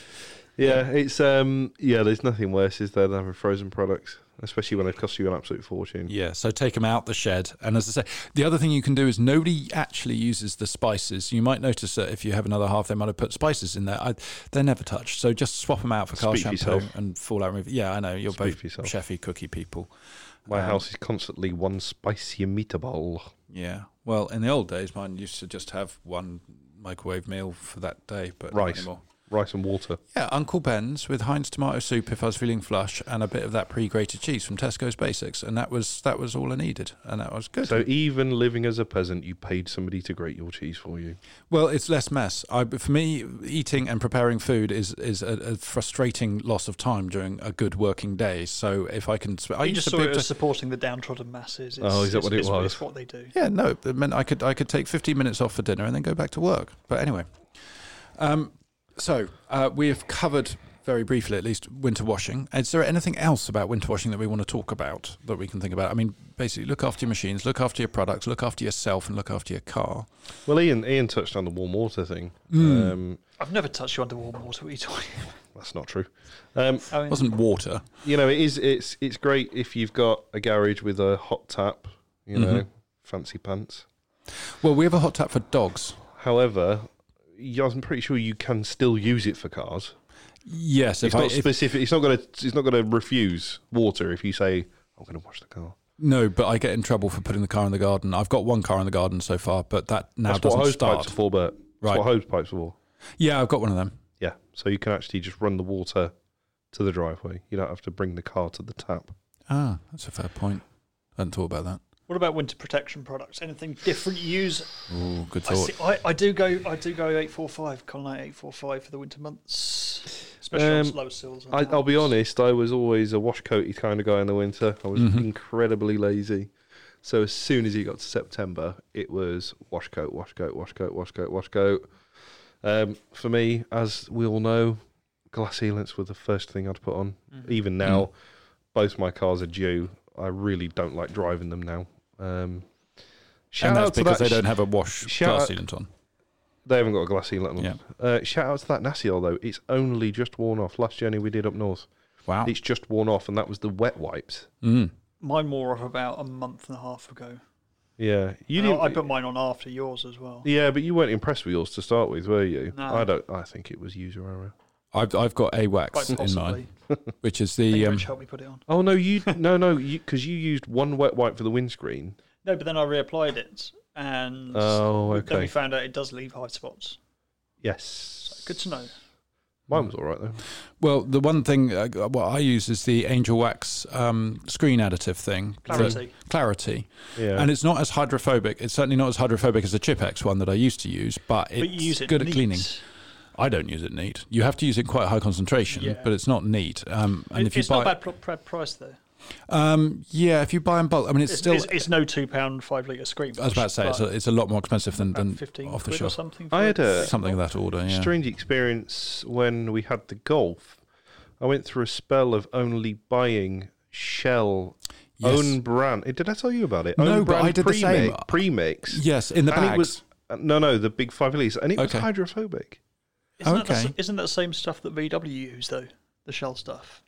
Yeah, it's um, yeah. There's nothing worse is there than having frozen products, especially when they cost you an absolute fortune. Yeah, so take them out the shed. And as I say, the other thing you can do is nobody actually uses the spices. You might notice that if you have another half, they might have put spices in there. I, they're never touched. So just swap them out for car Speak for shampoo yourself. and fallout remover. Yeah, I know. You're Speak both for yourself. chefy cookie people. Um, My house is constantly one spicy meatball. Yeah. Well, in the old days, mine used to just have one microwave meal for that day, but not Rice. anymore. rice and water. Yeah, Uncle Ben's with Heinz tomato soup if I was feeling flush, and a bit of that pre-grated cheese from Tesco's Basics, and that was that was all I needed, and that was good. So even living as a peasant, you paid somebody to grate your cheese for you. Well, it's less mess. I, for me, eating and preparing food is is a, a frustrating loss of time during a good working day. So if I can, sp- I You used just to saw be it able as to. supporting the downtrodden masses. It's, Oh, is that it's- what it it's- was? It's what they do. Yeah, no, it meant I could I could take 15 minutes off for dinner and then go back to work. But anyway, um, so uh, we have covered very briefly at least winter washing. Is there anything else about winter washing that we want to talk about that we can think about? I mean, basically, look after your machines, look after your products, look after yourself, and look after your car. Well, Ian, Ian touched on the warm water thing. Hmm. Um, I've never touched you under warm water. What are you talking (laughs) that's not true. Um, about? I mean, wasn't water. you know, it is. It's it's great if you've got a garage with a hot tap. You know, Mm-hmm. fancy pants. Well, we have a hot tap for dogs. However, you- I'm pretty sure you can still use it for cars. Yes, It's if I, not if- specific. It's not going to. It's not going to refuse water if you say I'm going to wash the car. No, but I get in trouble for putting the car in the garden. I've got one car in the garden so far, but that now That's what doesn't hose start. pipes are for, but Right. that's what hose pipes are for. Yeah, I've got one of them. Yeah, so you can actually just run the water to the driveway. You don't have to bring the car to the tap. Ah, that's a fair point. I hadn't thought about that. what about winter protection products? Anything different you use? Ooh, good I, thought. see, I, I do go. I do go eight four five. Colonite eight four five for the winter months, especially on Um, slow sills. and I, I'll be that. honest, I was always a washcoaty kind of guy in the winter. I was Mhm. incredibly lazy. So as soon as it got to September, it was washcoat, washcoat, washcoat, washcoat, washcoat. Um, for me, as we all know, glass sealants were the first thing I'd put on. Even Mm-hmm. now, both my cars are due. I really don't like driving them now. Um, shout and that's out to because that they don't have a wash shout glass out- sealant on. They haven't got a glass sealant on. Yeah. Uh, shout out to that Nassiel though. It's only just worn off. Last journey we did up north, Wow. It's just worn off, and that was the wet wipes. Mm. Mine wore off about a month and a half ago. Yeah, you And I, I didn't. put mine on after yours as well. yeah, but you weren't impressed with yours to start with, were you? No. I don't. I think it was user error. I've I've got a wax Quite in possibly. mine, which is I think the um, Rich helped me put it on. Oh no, you (laughs) no no because you, used one wet wipe for the windscreen. No, but then I reapplied it, and Oh, then we okay. found out it does leave high spots. Yes. Good to know. Mine was all right though. well the one thing uh, what I use is the Angel Wax um, screen additive thing that- Clarity. clarity Yeah. and it's not as hydrophobic it's certainly not as hydrophobic as the Chip X one that I used to use but it's but you use it good at neat. cleaning I don't use it neat you have to use it in quite high concentration Yeah. but it's not neat um, and It- if you it's buy not bad pr- pr- price though. um, yeah if you buy in bulk I mean it's, It's, still it's, it's no two pound five liter screen. I was about to say it's a, but it's a lot more expensive than, about than fifteen off the quid or shelf something. I for had it. a- something of that order yeah strange experience when we had the golf. I went through a spell of only buying Shell Yes. own brand. eh, Did I tell you about it? No, own but brand I did the premix, same. Premix. yes in the and bags it was uh, no, no, the big five release, and it Okay. was hydrophobic. Isn't, that the, okay. s- isn't that the same stuff that VW use though? The shell stuff.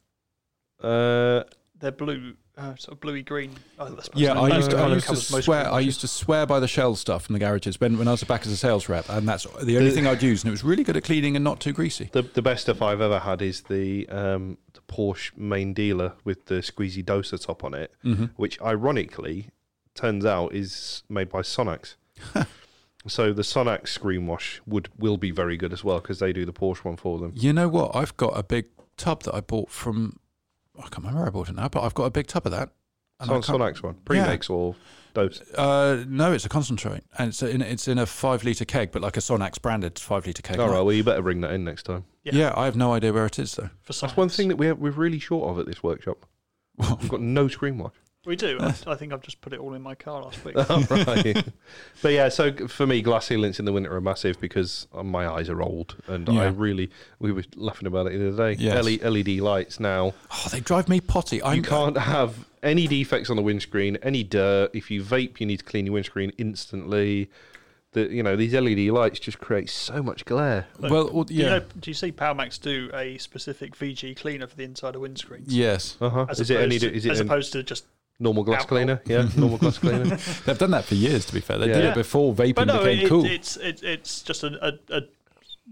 Uh, They're blue, uh, sort of bluey green. Oh, that's Yeah, that's- I that's used to, the I colour used to covers most swear. green I used to swear by the Shell stuff from the garages when, when I was back as a sales rep, and that's the only thing I'd use. And it was really good at cleaning and not too greasy. the the best stuff I've ever had is the um, the Porsche main dealer with the squeezy doser top on it, which ironically turns out is made by (laughs) Sonax. so the Sonax screen wash would will be very good as well because they do the Porsche one for them. You know what? I've got a big tub that I bought from. I can't remember where I bought it now, but I've got a big tub of that. And I Son- can't- Sonax one, premix or dose. uh, no, it's a concentrate, and it's in, it's in a five liter keg, but like a Sonax branded five liter keg. All right, Oh, well you better bring that in next time. Yeah. yeah, I have no idea where it is though. (laughs) for science. That's one thing that we have, we're really short of at this workshop. We've got no screen wash. we (laughs) do. I, I think I've just put it all in my car last (laughs) Uh, week. Oh, right. (laughs) but yeah, so g- for me, glass sealants in the winter are massive because uh, my eyes are old, and I Yeah. really we were laughing about it the other day. E, Yes. LE LED lights now Oh, they drive me potty. I'm, you can't have any defects on the windscreen, any dirt. If you vape, you need to clean your windscreen instantly. The, you know these LED lights just create so much glare. Well, well, Do, yeah, you know, do you see PowerMax do a specific VG cleaner for the inside of windscreens? yes, Uh huh. As Is it any? opposed to- Is it as a opposed to just normal glass alcohol? cleaner? (laughs) Yeah, normal glass cleaner. they've done that for years. To be fair, they Yeah. did it before vaping But no, became it, cool. it's it, it's just a, a, a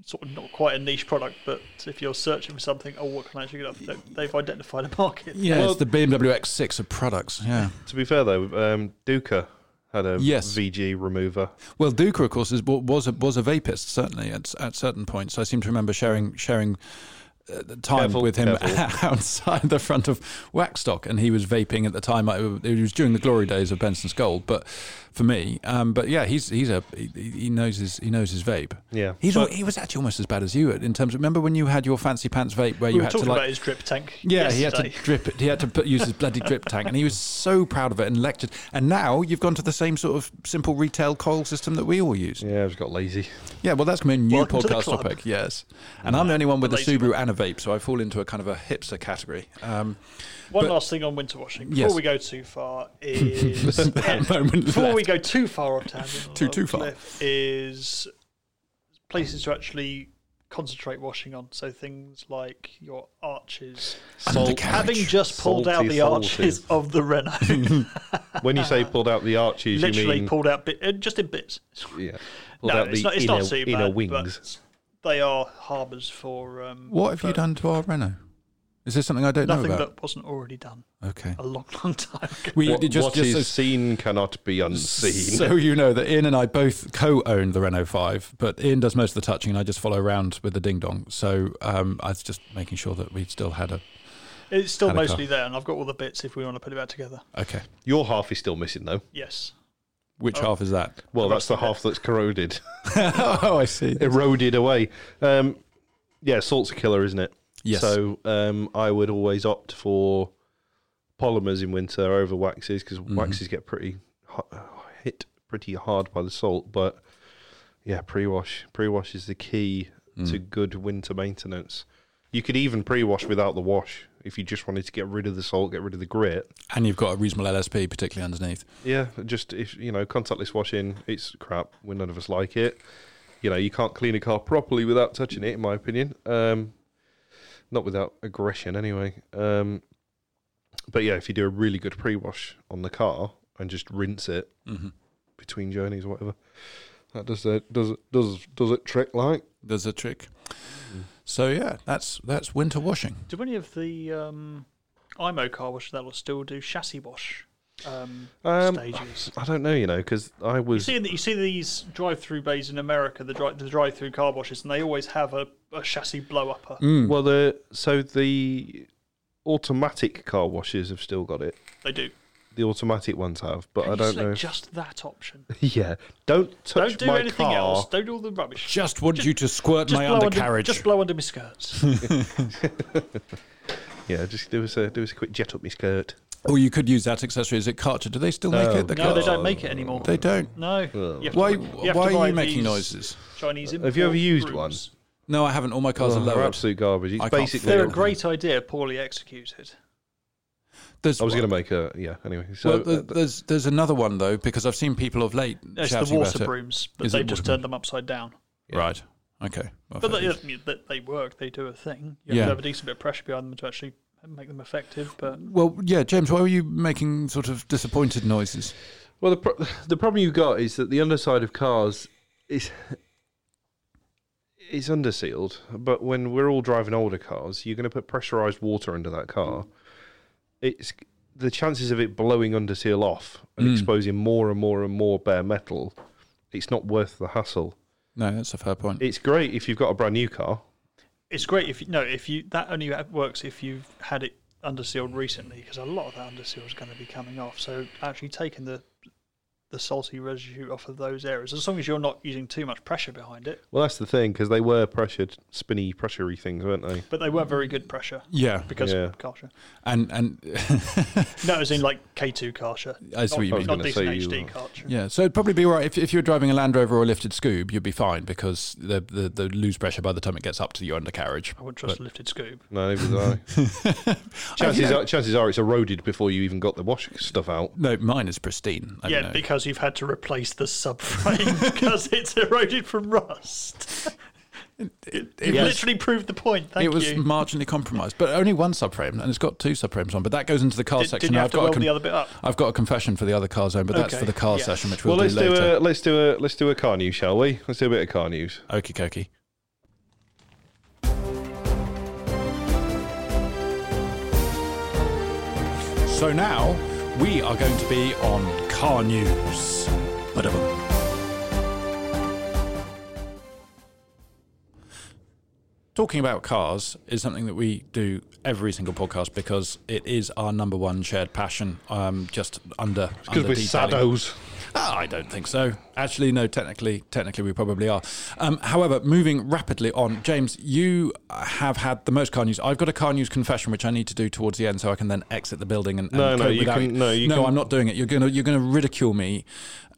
sort of not quite a niche product, but if you're searching for something, oh, what can I actually get up? They- They've identified a market. Yeah, Well- it's the BMW X6 of products. Yeah. to be fair though, um, Duca had a Yes. VG remover. Well, Duca, of course, is, was a, was a vapist certainly at at certain points. I seem to remember sharing sharing uh, the time Careful, with him careful. (laughs) outside the front of Waxstock, and he was vaping at the time. I, it was during the glory days of Benson's Gold, but for me, um, but yeah, he's he's a he, he knows his he knows his vape. Yeah. He's al he was actually almost as bad as you in terms. of Remember when you had your fancy pants vape where we you were had to talking like about his drip tank. Yeah, he yesterday. (laughs) had to drip it. He had to put, use his bloody (laughs) drip tank, and he was so proud of it and lectured. And now you've gone to the same sort of simple retail coil system that we all use. Yeah, Yeah, I just got lazy. well, that's going to be a new Welcome to the podcast club. Mm. topic. Yes, and I'm the only one with a Lazy Subaru and a vape, so I fall into a kind of a (laughs) hipster category. Um, One but- last thing on winter washing before Yes. we go too (laughs) far is that moment before we left. go too far off tangent. (laughs) Too- off too far. cliff, is places to actually concentrate washing on. So things like your arches. Undercarriage. Having just pulled out Salty, the arches salty. of the (laughs) Renault, When you say pulled out the arches, you Uh-huh. literally mean pulled out bit, uh, just in bits. yeah, pulled No, out it's the not. It's inner, not too bad. inner but wings. They are harbours for um, What have you for done to our Renault? Is there something I don't Nothing know about? that wasn't already done okay. a long, (laughs) long time ago. We What- did just, what just is so- seen cannot be unseen. So you know that Ian and I both co-own the Renault 5, but Ian does most of the touching, and I just follow around with the ding dong. So um, I was just making sure that we still had a It's still Had a car. mostly there, and I've got all the bits if we want to put it back together. okay. (laughs) Your half is still missing, though. Yes. Which half is that? Well, The that's the rest of half that's corroded, (laughs) oh, I see. eroded away. Um, yeah, salt's a killer, isn't it? Yes. So um, I would always opt for polymers in winter over waxes because waxes get pretty ho- hit pretty hard by the salt. But yeah, pre-wash, pre-wash is the key to good winter maintenance. You could even pre-wash without the wash if you just wanted to get rid of the salt, get rid of the grit. And you've got a reasonable LSP, particularly underneath. Yeah, just if you know, contactless washing, it's crap. We none of us like it. You know, you can't clean a car properly without touching it, in my opinion. Um, not without aggression anyway. Um, but yeah, if you do a really good pre-wash on the car and just rinse it Mm-hmm. between journeys or whatever, that does the, does it does does it trick like. There's a trick. So yeah, that's that's winter washing. Do any of the um, IMO car wash that will still do chassis wash um, Um, stages? (sighs) I don't know, you know, because I You was see, you see these drive-through bays in America, the, dri- the drive-through car washes, and they always have a, a chassis blow upper. Mm. well the so the automatic car washers have still got it. They do. The automatic ones have, but Can I you don't select know. Just that option. yeah, don't (laughs) Don't touch do my anything car. else. Don't do all the rubbish. Just want you to squirt Just my blow undercarriage. Under, just blow under my (laughs) skirts. Yeah, just do us a do us a quick jet up my skirt. Um, or you could use that accessory. Is it Karcher? Do Oh, they still make No. it? The no, they Karcher- don't make it anymore. They don't. no. You have to buy- Why? you have to why are buy you making these noises? Chinese Have you ever import used brooms. one? No, I haven't. All my cars Oh, are they're lowered. absolute garbage. It's I can't basically They're a Yeah. great idea, poorly executed. There's I was going one- to make a yeah. Anyway, so well, uh, th- there's there's another one though because I've seen people of late It's the shouting about water it. brooms, but Is it they've just water turned them upside down. Yeah. Right. Okay. Well, But they, fair dues. they, they work, they do a thing. You have Yeah. to have a decent bit of pressure behind them to actually make them effective. But well, yeah, James, why were you making sort of disappointed noises? well, the pro- the problem you got is that the underside of cars is is undersealed. But when we're all driving older cars, you're going to put pressurized water under that car. It's the chances of it blowing under seal off and Mm. exposing more and more and more bare metal. It's not worth the hassle. No, that's a fair point. It's great if you've got a brand new car. it's great if you no, if you that only works if you've had it under sealed recently, because a lot of that under seal is going to be coming off. So actually taking the the salty residue off of those areas, as long as you're not using too much pressure behind it. Well, that's the thing because they were pressured, spinny, pressury things, weren't they? But they were very good pressure Yeah, because Yeah. of Karsha. and (laughs) and No, as in like K2 Karsha. I see what you not, (laughs) mean. Not I was decent gonna say you HD were- Karcher. Yeah, so it'd probably be all right if, if you were driving a Land Rover or a lifted Scoob, you'd be fine because the the, the lose pressure by the time it gets up to your undercarriage. I wouldn't trust a lifted scoop. No, neither did I. chances, are, chances are it's eroded before you even got the wash stuff out. No, mine is pristine. I Yeah, don't know. because you've had to replace (laughs) the subframe because it's eroded from rust. You've yes. literally proved the point. Thank it was you. marginally compromised, but only one subframe, and it's got two subframes on. But that goes into the car Did, section. did you and have to I've got weld a con- the other bit up? I've got a confession for the other car zone, but that's Okay, for the car yeah. session, which Well, we'll, let's do do later. a let's do a let's do a car news, shall we? Let's do a bit of car news. Okie dokie. So now we are going to be on car news. Ba-da-bum. Talking about cars is something that we do every single podcast because it is our number one shared passion. Um, just under Because under we're detailing. saddos. Ah, I don't think so. Actually, no. Technically, technically, we probably are. Um, however, moving rapidly on, James, you have had the most car news. I've got a car news confession which I need to do towards the end, so I can then exit the building and, and No, no, cope you without can- no, you no, can- I'm not doing it. You're gonna, you're gonna ridicule me.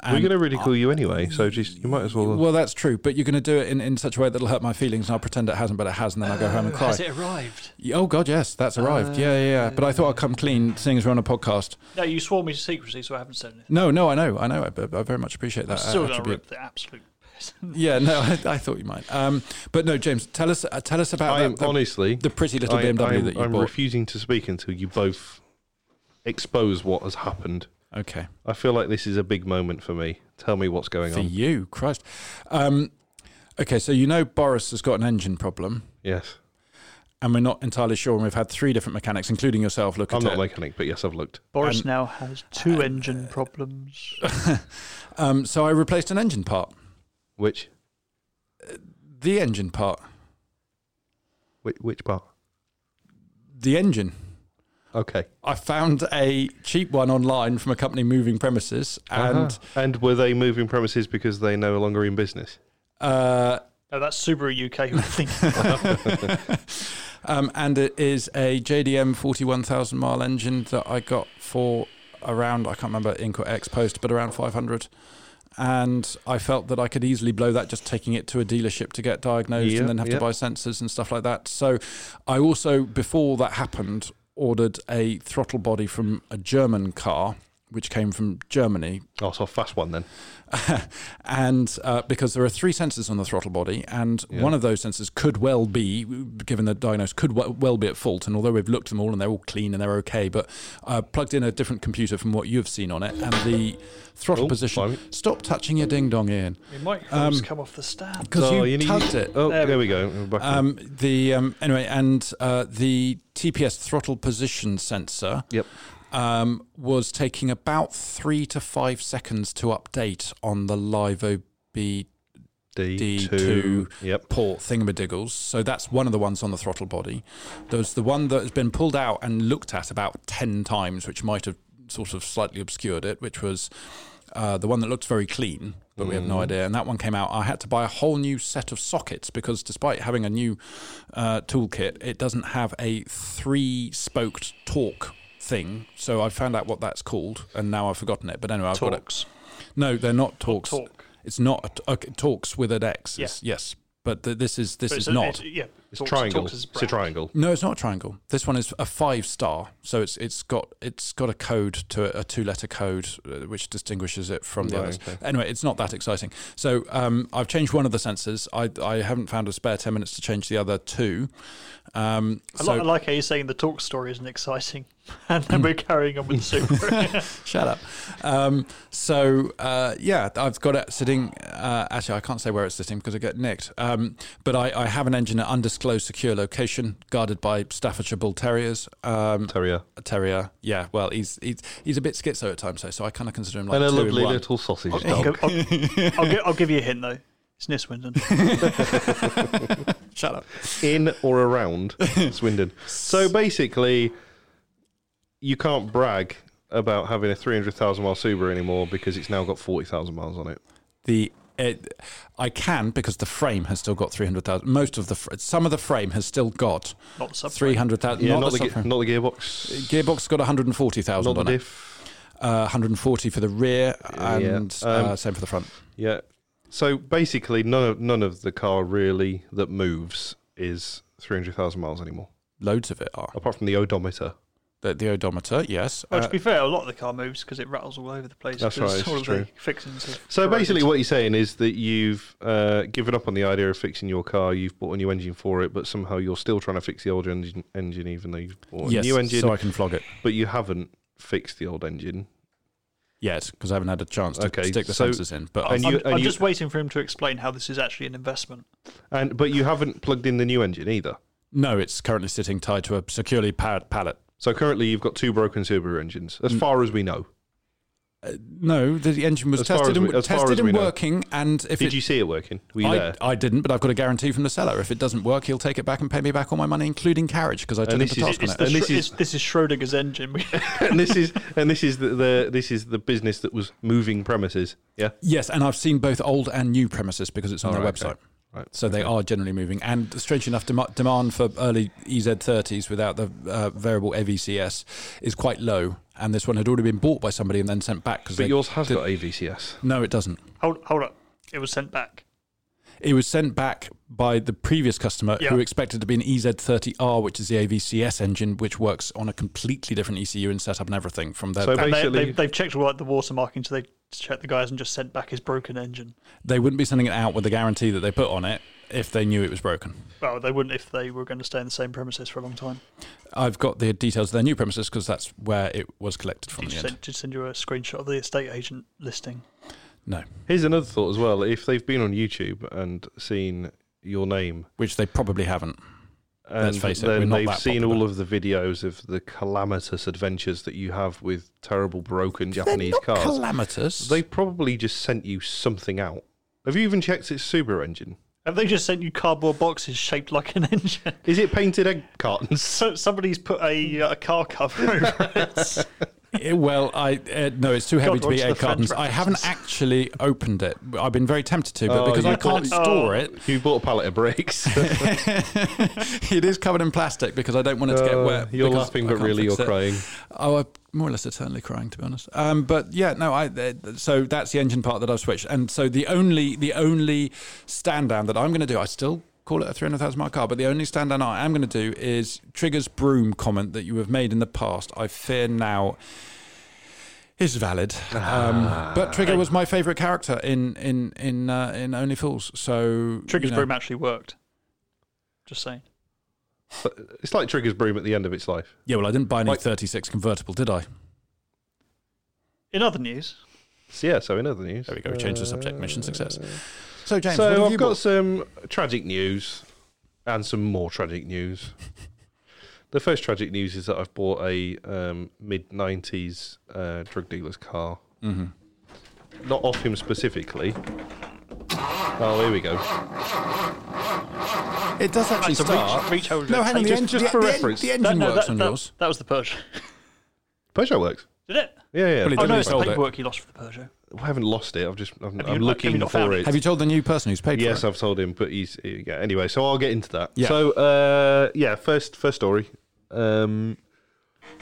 We're and- going to ridicule you anyway, so just you might as well. Ah. Well, that's true, but you're gonna do it in, in such a way that'll hurt my feelings, and I'll pretend it hasn't, but it has, and then I'll go home and cry. Uh, Has it Uh, arrived? Oh God, yes, that's arrived. yeah, yeah, yeah. But I thought I'd come clean, seeing as we're on a podcast. No, you swore me to secrecy, so I haven't said anything. No, no, I know, I know. I, I very much appreciate that. uh, I'm still going to attribute. rip the absolute piss. Yeah, no, (laughs) I, I thought you might. Um, but no, James, tell us uh, tell us about I am that, the, honestly the pretty little I- BMW I'm, that you I'm bought. refusing to speak until you both expose what has happened. okay, I feel like this is a big moment for me. Tell me what's going for on. you, Christ. Um, okay, so you know Boris has got an engine problem, Yes, and we're not entirely sure. And we've had three different mechanics, including yourself, look I'm at not it. a mechanic, but yes, I've looked. Boris And- uh, now has two engine problems. um, so I replaced an engine part, Which the engine part, which, which part? the engine. Okay. I found a cheap one online from a company moving premises, and Uh-huh. and were they moving premises because they no longer in business? uh, No, that's Subaru UK. who I (laughs) think Um, and it is a JDM 41,000 mile engine that I got for around, I can't remember Inc or X post, but around 500. And I felt that I could easily blow that just taking it to a dealership to get diagnosed Yeah, and then have yeah. to buy sensors and stuff like that. So I also, before that happened, ordered a throttle body from a German car. which came from Germany, Oh, so a fast one then. and uh, because there are three sensors on the throttle body, and one of those sensors could well be, given the diagnose, could we- well be at fault. And although we've looked them all and they're all clean and they're okay, but uh, plugged in a different computer from what you've seen on it, and the throttle Oh, position. blimey. Stop touching your ding dong, Ian, Your Um, microphone's come off the stand. because So you, need- tugged it. Oh, There there, we we go. We're back on. Um, the um, anyway, and uh, the TPS throttle position sensor Yep. um, was taking about three to five seconds to update on the live OBD D2. D2. Yep. port thingamadigles. So that's one of the ones on the throttle body. There's the one that has been pulled out and looked at about ten times, which might have sort of slightly obscured it, which was. Uh, the one that looked very clean, but we have no idea. And that one came out. I had to buy a whole new set of sockets because, despite having a new uh, toolkit, it doesn't have a three-spoked torque thing. So I found out what that's called, and now I've forgotten it. But anyway, I've got it. Talks. No, they're not talks. Talk. It's not a t- okay, talks with an X. Yeah. Is, yes, but th- this is this But is a- not. yeah, It's Torx- triangle. Torx is It's a brand. triangle. no, it's not a triangle. This one is a five star, so it's it's got it's got a code to it, a two letter code uh, which distinguishes it from the Right, others. okay. Anyway, it's not that exciting. So um, I've changed one of the sensors. I I haven't found a spare ten minutes to change the other two. Um, I, so like, I like how you're saying the talk story isn't exciting, (laughs) and then we're carrying on with the (laughs) Super. Shut up. Um, so uh, yeah, I've got it sitting. Uh, actually, I can't say where it's sitting because I get nicked. Um, but I, I have an engine at undisclosed secure location, guarded by Staffordshire Bull Terriers. Um, Terrier. a terrier. Yeah. Well, he's he's, he's a bit schizo at times, though, so I kind of consider him like And a two lovely in one. little (laughs) sausage I'll, dog. give, I'll, I'll gi- I'll give you a hint though. It's Niswindon. Shut up. in or (laughs) around Swindon. So basically, you can't brag about having a 300,000 mile Subaru anymore because it's now got 40,000 miles on it. The it, I can because the frame has still got three hundred thousand. Most of the fr- some of the frame has still got Not the subframe. three hundred thousand. Yeah, not, not, the the, ge- subframe. not the gearbox, Gearbox has got one hundred and forty not thousand the on it. diff. Uh, 140 for the rear and Yeah. Um, uh, same for the front. Yeah. So basically, none of none of the car really that moves is 300,000 miles anymore, Loads of it are. apart from the odometer. The, the odometer, yes. Oh, Well, Uh, to be fair, a lot of the car moves because it rattles all over the place. That's 'cause right, it's all of true. the fixings of So corroded. basically, what you're saying is that you've uh, given up on the idea of fixing your car. You've bought a new engine for it, but somehow you're still trying to fix the old engine, engine even though you've bought yes, a new engine, so I can flog it. but you haven't fixed the old engine. Yes, because I haven't had a chance to Okay, stick the so- sensors in. But I'm, and you- I'm and you- just waiting for him to explain how this is actually an investment. And but you haven't plugged in the new engine either. no, it's currently sitting tied to a securely powered pallet. So currently, you've got two broken Subaru engines, Mm. as far as we know. Uh, No, the, the engine was As far tested as and, we- as far tested as and we know. working. And if Did it, you see it working? Were you I, (laughs) there? I didn't, but I've got a guarantee from the seller. If it doesn't work, he'll take it back and pay me back all my money, including carriage, because I took him this to is- task on it's it. The And this Schro- is- it's- this is Schrodinger's engine. We- (laughs) and this is and this is the, the this is the business that was moving premises. Yeah. Yes, and I've seen both old and new premises because it's on Oh, their right, website. okay. Right. So they are generally moving, and strange enough, dem- demand for early EZ30s without the uh, variable AVCS is quite low. And this one had already been bought by somebody and then sent back because But yours has did- got AVCS. no, it doesn't. hold, hold up. It was sent back. It was sent back by the previous customer Yeah. who expected to be an E EZ30R, which is the E AVCS engine, which works on a completely different ECU and setup and everything from their. So And they, Basically- they, they've checked all like, the water marking, so they checked the guys and just sent back his broken engine. they wouldn't be sending it out with the guarantee that they put on it if they knew it was broken. Well, they wouldn't if they were going to stay in the same premises for a long time. I've got the details of their new premises because that's where it was collected from Did the you, end. send, did you send you a screenshot of the estate agent listing? No, Here's another thought as well. If they've been on YouTube and seen your name, which they probably haven't. and Let's face it, then we're not they've that seen popular. all of the videos of the calamitous adventures that you have with terrible broken They're Japanese not cars, calamitous. they probably just sent you something out. Have you even checked its Subaru engine? Have they just sent you cardboard boxes shaped like an engine? (laughs) Is it painted egg cartons? (laughs) So somebody's put a, uh, a car cover over (laughs) it. Eh, well, I uh, no, it's too heavy God, to be onto egg the French cartons. I haven't actually opened it. I've been very tempted to, but Oh, because you I can't bought- store oh. it, (laughs) You bought a pallet of bricks. Uh, it is covered in plastic because I don't want it to get Uh, wet. you're because laughing, I but can't really fix you're it. crying. Oh, I'm more or less eternally crying, to be honest. Um, but yeah, no, I. Uh, so that's the engine part that I've switched, and so the only the only stand down that I'm going to do, I still call it a 300,000 mile car, but the only stand down I am going to do is Trigger's broom comment that you have made in the past. I fear now is valid. Um, but Trigger was my favourite character in in in uh, in Only Fools. So Trigger's you know, broom actually worked. Just saying. But it's like Trigger's broom at the end of its life. Yeah, well, I didn't buy any Like- 36 convertible, did I? In other news, So, yeah, so in other news. There we go. We changed the subject. Mission success. So James, what so have I've you got bought? some tragic news and some more tragic news. the first tragic news is that I've bought a um, mid 90s uh, drug dealer's car. Mm-hmm. Not off him specifically. Oh, here we go. It does actually That's a start. reach- reach over no, the hang tape. on. The Just- en- just the- for the en- reference. the that, engine no, works that, on that- yours. that was the Peugeot. (laughs) Peugeot works. Did it? Yeah, yeah. Well, it Oh Then no, we it's the sold it. paperwork you lost for the Peugeot. I haven't lost it. I've just I'm, you I'm not- have you looking not for found it. it? Have you told the new person who's paid Yes, for it? I've told him, but he's yeah. Anyway, so I'll get into that. Yeah. So uh, yeah, first first story. Um,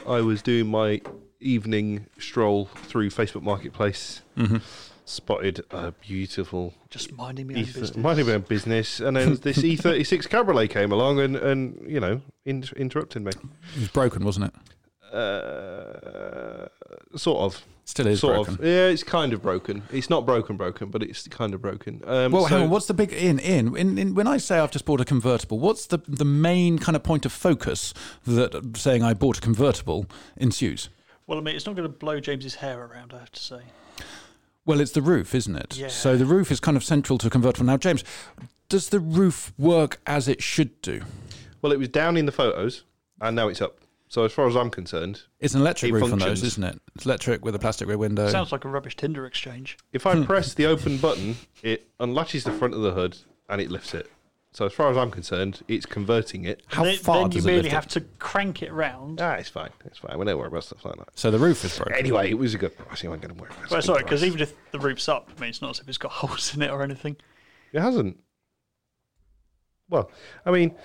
I was doing my evening stroll through Facebook Marketplace. Mm-hmm. Spotted a beautiful Just minding me own uh, business. E- might have been business, and (laughs) then this E36 Cabriolet came along and and you know in, interrupted me. It was broken, wasn't it? Uh, sort of. Still is sort broken. of. Yeah, it's kind of broken. It's not broken, broken, but it's kind of broken. Um, Well, so- hang on. What's the big in, in in in? When I say I've just bought a convertible, what's the the main kind of point of focus that saying I bought a convertible ensues? Well, I mean, it's not going to blow James's hair around. I have to say. Well, it's the roof, isn't it? Yeah. So the roof is kind of central to a convertible. Now, James, does the roof work as it should do? Well, it was down in the photos, and now it's up. So as far as I'm concerned, It's an electric It roof on functions. those, isn't it? It's electric with a plastic rear window. Sounds like a rubbish Tinder exchange. if I press the open button, it unlatches the front of the hood and it lifts it. So as far as I'm concerned, it's converting it. How then, far then does you it merely lift have it? to crank it round. Ah, it's fine. It's fine. We don't worry about stuff like that. So the roof is (laughs) broken. (laughs) Anyway, it was a good price. I ain't going to worry about well, it. sorry, because even if the roof's up, I mean, it's not as if it's got (laughs) holes in it or anything. It hasn't. Well, I mean,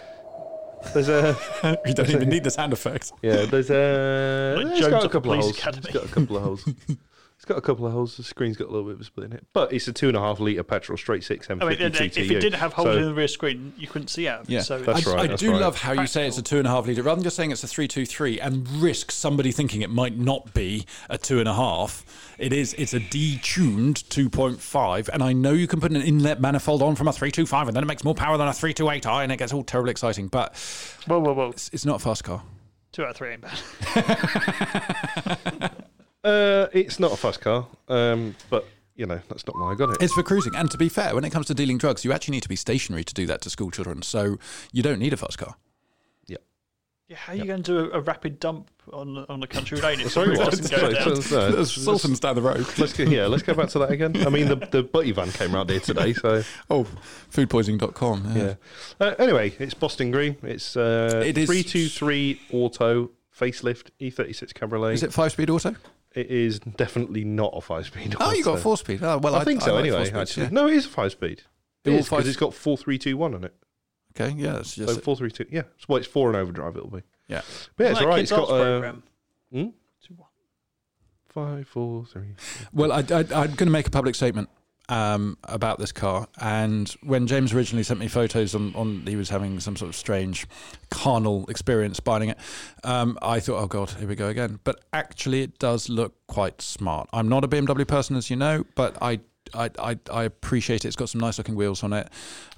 there's a you don't even need the sound effects. (laughs) yeah, there's a Like it's Jones got at a the couple of police holes. academy. It's got a couple of (laughs) holes. It's got a couple of holes. The screen's got a little bit of a split in it, but it's a two and a half liter petrol straight six M50 I mean, if TTU. if it did have holes So- in the rear screen, you couldn't see out. Of it, Yeah, so That's it's- I, right, I that's do right. love how you say it's a two and a half liter, rather than just saying it's a three two three and risk somebody thinking it might not be a two and a half. It is. It's a detuned two point five, and I know you can put an inlet manifold on from a three two five, and then it makes more power than a three two eight i, and it gets all terribly exciting. But Whoa, whoa, whoa! it's, it's not a fast car. Two out of three ain't bad. (laughs) Uh, it's not a fast car, um, but you know that's not why I got it. It's for cruising, and to be fair, when it comes to dealing drugs, you actually need to be stationary to do that to school children. So you don't need a fast car. yeah. Yeah, how are you going to do a, a rapid dump on on the country road if (laughs) (laughs) Sorry, it what? doesn't go Sorry, down? so- no, There's let's- Sultan's down the road. Let's go, yeah, let's go back to that again. I mean, the the butty van came round here today, (laughs) so Oh, foodpoisoning.com. Yeah. yeah. Uh, anyway, it's Boston Green. It's uh, It is- three two three auto facelift E thirty six Cabriolet. Is it five speed auto? it is definitely not a five speed. Oh, you got four speed. Oh, well, I, I, think I so. like anyway, four speeds, actually, no, it is a five speed. It It will is five- because it's got four three two one on it. yeah. Okay, yeah, it's just So four three two. Yeah, it's- well, it's four and overdrive. It'll be. yeah. But yeah, it's Like all right. It's kids' arts got uh, programme. hmm? Two, one. five four three. Well, I, I, I'm going to make a public statement um, about this car. And when James originally sent me photos on, on he was having some sort of strange carnal experience buying it, um, I thought, oh god, here we go again. But actually, it does look quite smart. I'm not a BMW person, as you know, but I. I, I, I appreciate it. It's got some nice looking wheels on it.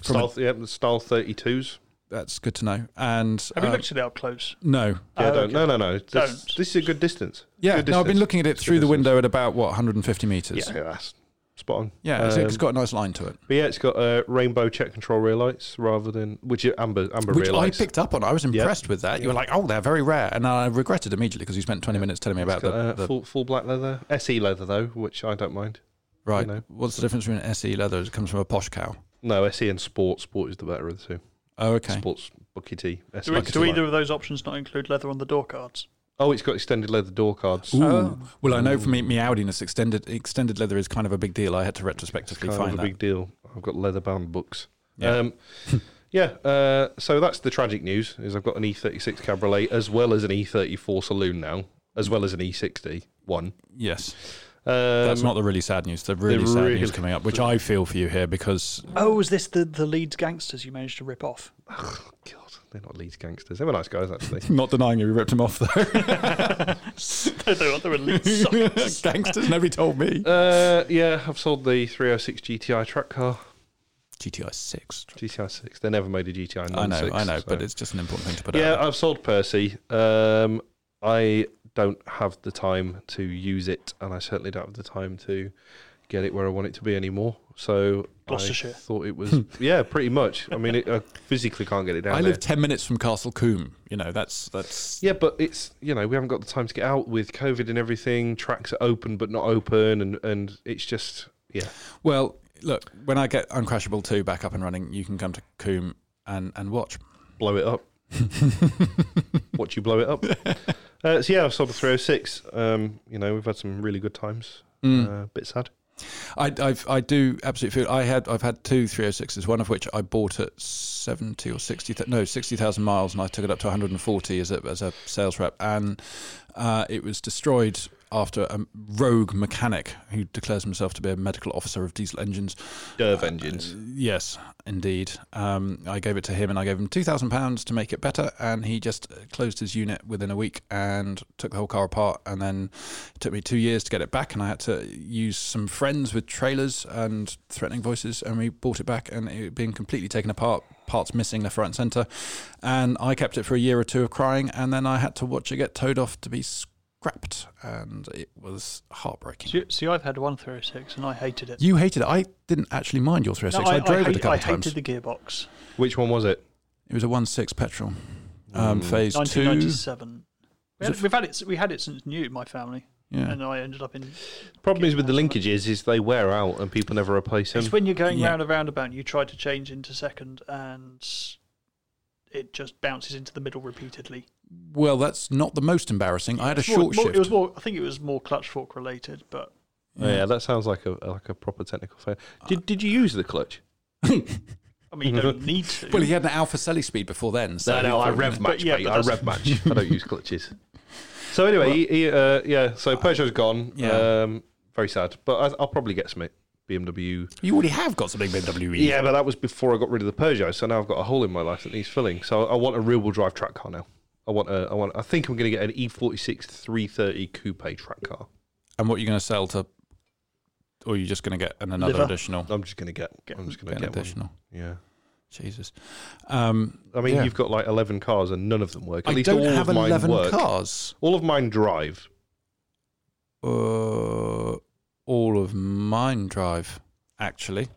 From a- Style, yeah, the style thirty twos. that's good to know. And Have you um, looked at it up close? no, uh, Yeah, Oh, don't. okay. No, no, no. This, Don't. this is a good distance. yeah, Good no, I've been distance. looking at it It's a through good the distance. window at about what 150 meters. Yeah, that's spot on. yeah, so it's Um, got a nice line to it. But yeah, it's got uh, rainbow check control rear lights rather than which are amber amber Which rear I lights. picked up on. I was impressed with that. You were like, "Oh, they're very rare," and I regretted immediately because you spent twenty minutes telling me about the, Got, uh, the full full black leather, SE leather though, which I don't mind. right. know. What's the difference between an SE leather? It comes from a posh cow. No, SE and sport. Sport is the better of the two. Oh, okay. Sports buckety. SE Do, we, buckety do light. either of those options not include leather on the door cards? Oh, it's got extended leather door cards. Ooh. Well, I know Mm. for me, me Audiness extended extended leather is kind of a big deal. I had to retrospectively Kind find of a that. big deal. I've got leather bound books. Yeah. (laughs) Um, yeah. Uh, so that's the tragic news. Is I've got an E E36 E Cabriolet as well as an E34 Saloon now, as well as an E60 one. yes. That's not the really sad news. The really sad news Um, really- coming up, which I feel for you here because (laughs) Oh, was this the, the Leeds gangsters you managed to rip (laughs) off? (laughs) God, they're not Leeds gangsters. They were nice guys, actually. (laughs) not denying you, we ripped him off though. they were they were (laughs) Leeds suckers. (laughs) Gangsters never told me. uh, yeah, I've sold the 306 GTI track car. GTI six. GTI 6. They never made a GTI 9 I know, I know, so- but um, it's just an important thing to put Yeah, out. I've sold Percy. Um, I don't have the time to use it, and I certainly don't have the time to get it where I want it to be anymore. So I Gloucestershire. thought it was (laughs) yeah, pretty much. I mean, it, I physically can't get it down I there. live ten minutes from Castle Coombe. You know, that's that's yeah, but it's you know we haven't got the time to get out with COVID and everything. Tracks are open but not open, and and it's just yeah. well. Look, when I get Uncrashable two back up and running, you can come to Coombe and and watch. blow it up. Watch you blow it up. Uh, so yeah, I've sold the 306. Um, you know, we've had some really good times. Uh, bit sad. I I've, I do absolutely feel I had I've had two 306s, one of which I bought at seventy or sixty th- no sixty thousand miles, and I took it up to one hundred and forty as a as a sales rep, and uh, it was destroyed after a rogue mechanic who declares himself to be a medical officer of diesel engines Derv engines. Yes, indeed. Um, I gave it to him, and I gave him two thousand pounds to make it better, and he just uh, closed his unit within a week and took the whole car apart. And then it took me two years to get it back, and I had to use some friends with trailers and threatening voices, and we bought it back, and it had been completely taken apart, parts missing left, right, and centre. And I kept it for a year or two of crying, and then I had to watch it get towed off to be scrapped, and it was heartbreaking. See, see, I've had one 306 and I hated it. You hated it. I didn't actually mind your 306. I, I, drove it a hate- couple I of times. hated the gearbox. Which one was it? It was a one six petrol, um, Mm. phase two. 1997. We Was had, it- we've had it. s- We had it since new. My family Yeah. and I ended up in. Problem is with the linkages is they wear out and people never replace them. It's when you're going yeah. round a roundabout. and You try to change into second, and it just bounces into the middle repeatedly. Well, that's not the most embarrassing. I had a It's more- short more- shift. It was more. I think it was more clutch fork related, but Oh, yeah, that sounds like a like a proper technical fail. Did did you use the clutch? I mean, you (laughs) don't need to. (laughs) well, he had an Alpha Selly speed before then. So match, yeah, mate, but I that's- rev match. (laughs) I don't use clutches. So anyway, he, he, uh, yeah. So Peugeot's gone. Yeah. Um, very sad, but I, I'll probably get some BMW You already have got something E. BMW. Yeah, but that was before I got rid of the Peugeot, so now I've got a hole in my life that needs filling. So I want a rear-wheel drive track car now. I want a, I want. I think I'm going to get an E E46 330 coupe track car. And what are you going to sell to? Or are you just going to get an, another Liver. additional? I'm just going to get. I'm just going Get to get an one. additional. Yeah. Jesus. Um, I mean, Yeah. you've got like 11 cars and none of them work. At I least don't all have of mine eleven work. cars. All of mine drive. Uh, all of mine drive. Actually,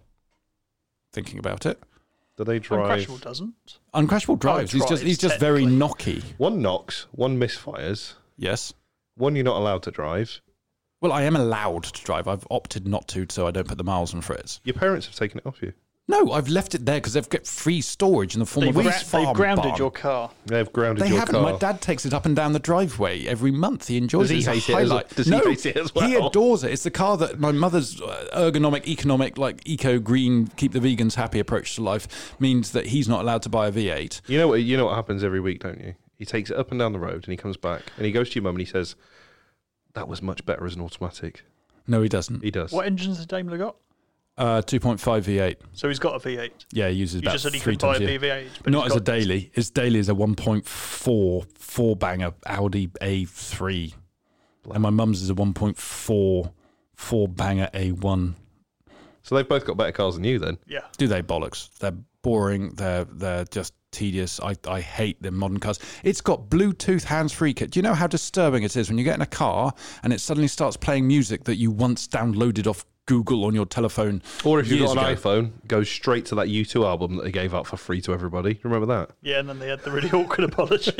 thinking about it, Do they drive? Uncrashable doesn't. Uncrashable drives. Oh, he's just drives, he's just very knocky. One knocks, one misfires, Yes. one you're not allowed to drive. Well, I am allowed to drive. I've opted not to, so I don't put the miles on Fritz. Your parents have taken it off you. No, I've left it there because they've got free storage in the form They've, of a gra- farm they've grounded barn. your car. They've grounded They your haven't. car. My dad takes it up and down the driveway every month. He enjoys Does he it. It's a hate it as- highlight. does he no, hate it as He well? adores it. It's the car that my mother's uh, ergonomic, economic, like eco green, keep the vegans happy approach to life means that he's not allowed to buy a V8. You know what? You know what happens every week, don't you? He takes it up and down the road, and he comes back, and he goes to your mum, and he says, "That was much better as an automatic." No, he doesn't. He does. What engines has Daimler got? Uh, 2.5 V8. So he's got a V8. Yeah, he uses You about just said he three could buy a times year. BV8, but Not he's as a got- daily. His daily is a 1.4 four banger Audi A3, and my mum's is a 1.4 four banger A1. So they've both got better cars than you, then. Yeah. Do they bollocks? They're boring. They're they're just tedious. I, I hate the modern cars. It's got Bluetooth hands-free kit. Do you know how disturbing it is when you get in a car and it suddenly starts playing music that you once downloaded off Google on your telephone? Or if you've years got an ago? iPhone, go straight to that U2 album that they gave out for free to everybody. Remember that? Yeah, and then they had the really (laughs) awkward apology.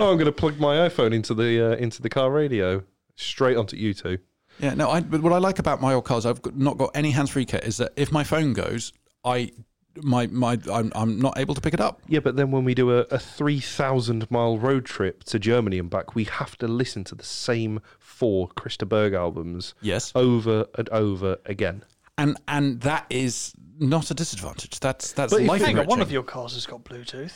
Oh, I'm going to plug my iPhone into the uh, into the car radio, straight onto U2. Yeah, no. I, but what I like about my old cars, I've got, not got any hands-free kit. Is that if my phone goes, I my my I'm, I'm not able to pick it up. Yeah, but then when we do a, a 3,000 mile road trip to Germany and back, we have to listen to the same four Christa Berg albums Yes, over and over again. and and that is not a disadvantage. That's that's But if- life Hang on, one enriching. of your cars has got Bluetooth.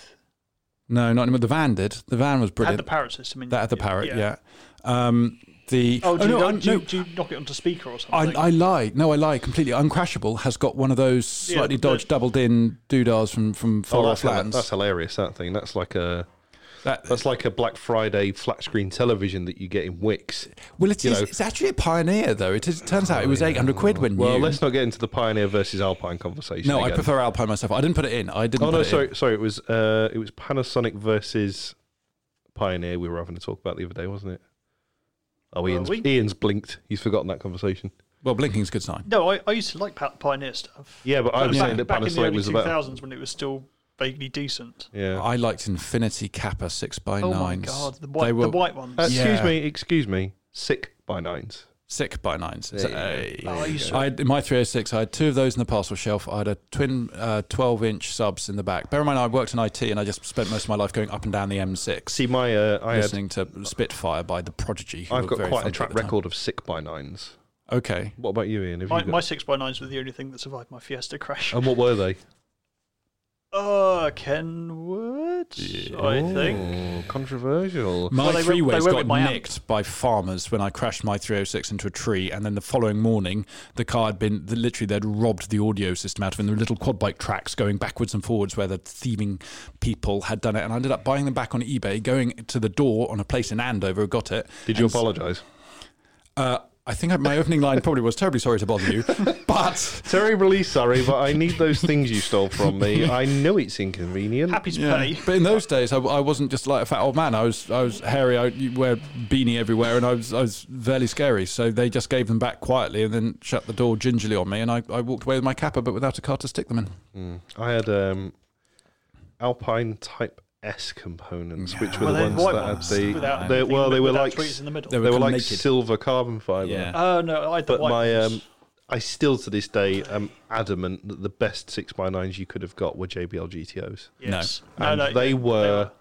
No, not anymore. The van did. The van was Had the brilliant. parrot system in that had the yeah, parrot, yeah. Um, the Oh, do, you, no, go- I'm- do, you- no, do you knock it onto speaker or I, something? I lie. No, I lie completely. Uncrashable has got one of those Yeah, slightly the- dodged, doubled in doodars from from far Oh, that's, off hila- lands. that's hilarious. That thing. That's like a That- that's like a Black Friday flat screen television that you get in Wix. well, it you is, know. it's actually a pioneer though. It, is, it turns out it was eight hundred quid when Well, you. let's not get into the Pioneer versus Alpine conversation. no, I again. prefer Alpine myself. I didn't put it in. I didn't. Oh put no, it in. sorry, sorry. It was uh, it was Panasonic versus Pioneer. We were having to talk about the other day, wasn't it? Oh, Ian's, we? Ian's blinked. He's forgotten that conversation. Well, blinking's a good sign. no, I, I used to like pa- Pioneer stuff. Yeah, but I was back, saying that back in the Panasonic early was 2000s about. when it was still vaguely decent. Yeah. I liked Infinity Kappa six by Oh my nines. god, the They white, were the white ones. Uh, Excuse Yeah. me, excuse me. Sick by nines. sick by nines. There you go. Hey. Oh, I used to- I had, in my 306, I had two of those in the parcel shelf. I had a twin uh, 12 inch subs in the back. Bear in mind, I worked in IT and I just spent most of my life going up and down the M6, See, my uh, I had, listening to Spitfire by the Prodigy. who I've were got very quite a funky track at the time. record of sick by nines. Okay. What about you, Ian? Have my, you got- Oh. my 6x9s were the only thing that survived my Fiesta crash. and what were they? Uh, Kenwood, I think. Oh, controversial. My Well, they were- three they ways were got with my amp. nicked by farmers when I crashed my 306 into a tree, and then the following morning, the car had been literally they'd robbed the audio system out of it. And there were little quad bike tracks going backwards and forwards where the thieving people had done it, and I ended up buying them back on eBay, going to the door on a place in Andover, got it. Did you and s- apologise? Uh, I think I- my opening line probably was terribly sorry to bother you, (laughs) but Terribly sorry, but I need those things you stole from (laughs) me. I know it's inconvenient. Happy to pay. But in those days, I, I wasn't just like a fat old man. I was I was hairy. I you wear beanie everywhere, and I was I was fairly scary. So they just gave them back quietly, and then shut the door gingerly on me, and I, I walked away with my kappa, but without a car to stick them in. I had um, Alpine Type S components, which were Well, the they're ones white that ones had the. without they, anything well, in the- they were without like trees in the middle. They they were were kinda like naked. silver carbon fiber. Yeah. Oh no, I had the But white my, ones. um, I still to this day am adamant that the best six x nines you could have got were JBL GTOs, yes. and they, were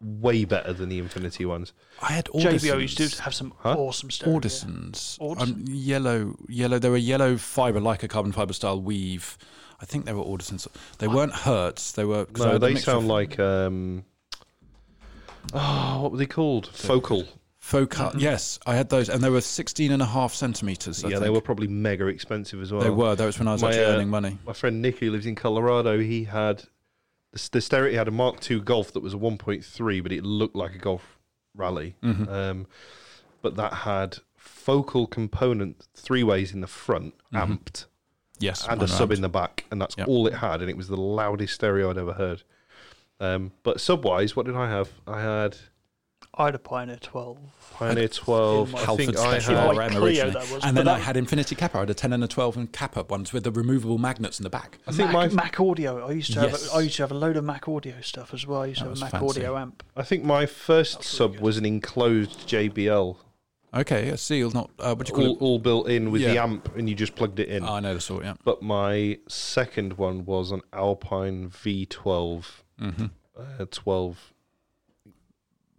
way better than the Infinity ones. I had JBO used to have some Huh? awesome stereo. Audisons. Um, Audison. yellow, yellow. They were yellow fiber, like a carbon fiber style weave. I think they were Audisons. They weren't Hertz. They were. 'cause I No, had a they mixture sound of like um, oh, what were they called? Focal. Focal. Yes, I had those, and they were 16 and a half centimeters. I yeah, they think. were probably mega expensive as well. They were. That was when I was My, actually uh, earning money. my friend Nick, who lives in Colorado, he had the, s- the stereo. He had a Mark II Golf that was a 1.3, but it looked like a golf rally. Mm-hmm. Hmm. Um, but that had focal component three ways in the front, amped, Yes, and I a sub know. in the back, and that's Yep. all it had, and it was the loudest stereo I'd ever heard. Um, but sub wise, what did I have? I had I had a Pioneer 12. Pioneer 12. my- I think Halford I Special had. Like RM Clio, Oh, originally. that was, and but then I that- had Infinity Kappa. I had a 10 and a 12 and Kappa ones with the removable magnets in the back. I think Mac, my Mac Audio. I used to Yes. have. A, I used to have a load of Mac Audio stuff as well. I used to That have a was Mac fancy. Audio amp. I think my first That's really sub good. was an enclosed JBL, Okay, a seal, not uh, what do you call all, all built in with the Yeah. amp, and you just plugged it in. it? Oh, I know the sort, yeah. but my second one was an Alpine V12, Mm-hmm. uh, 12.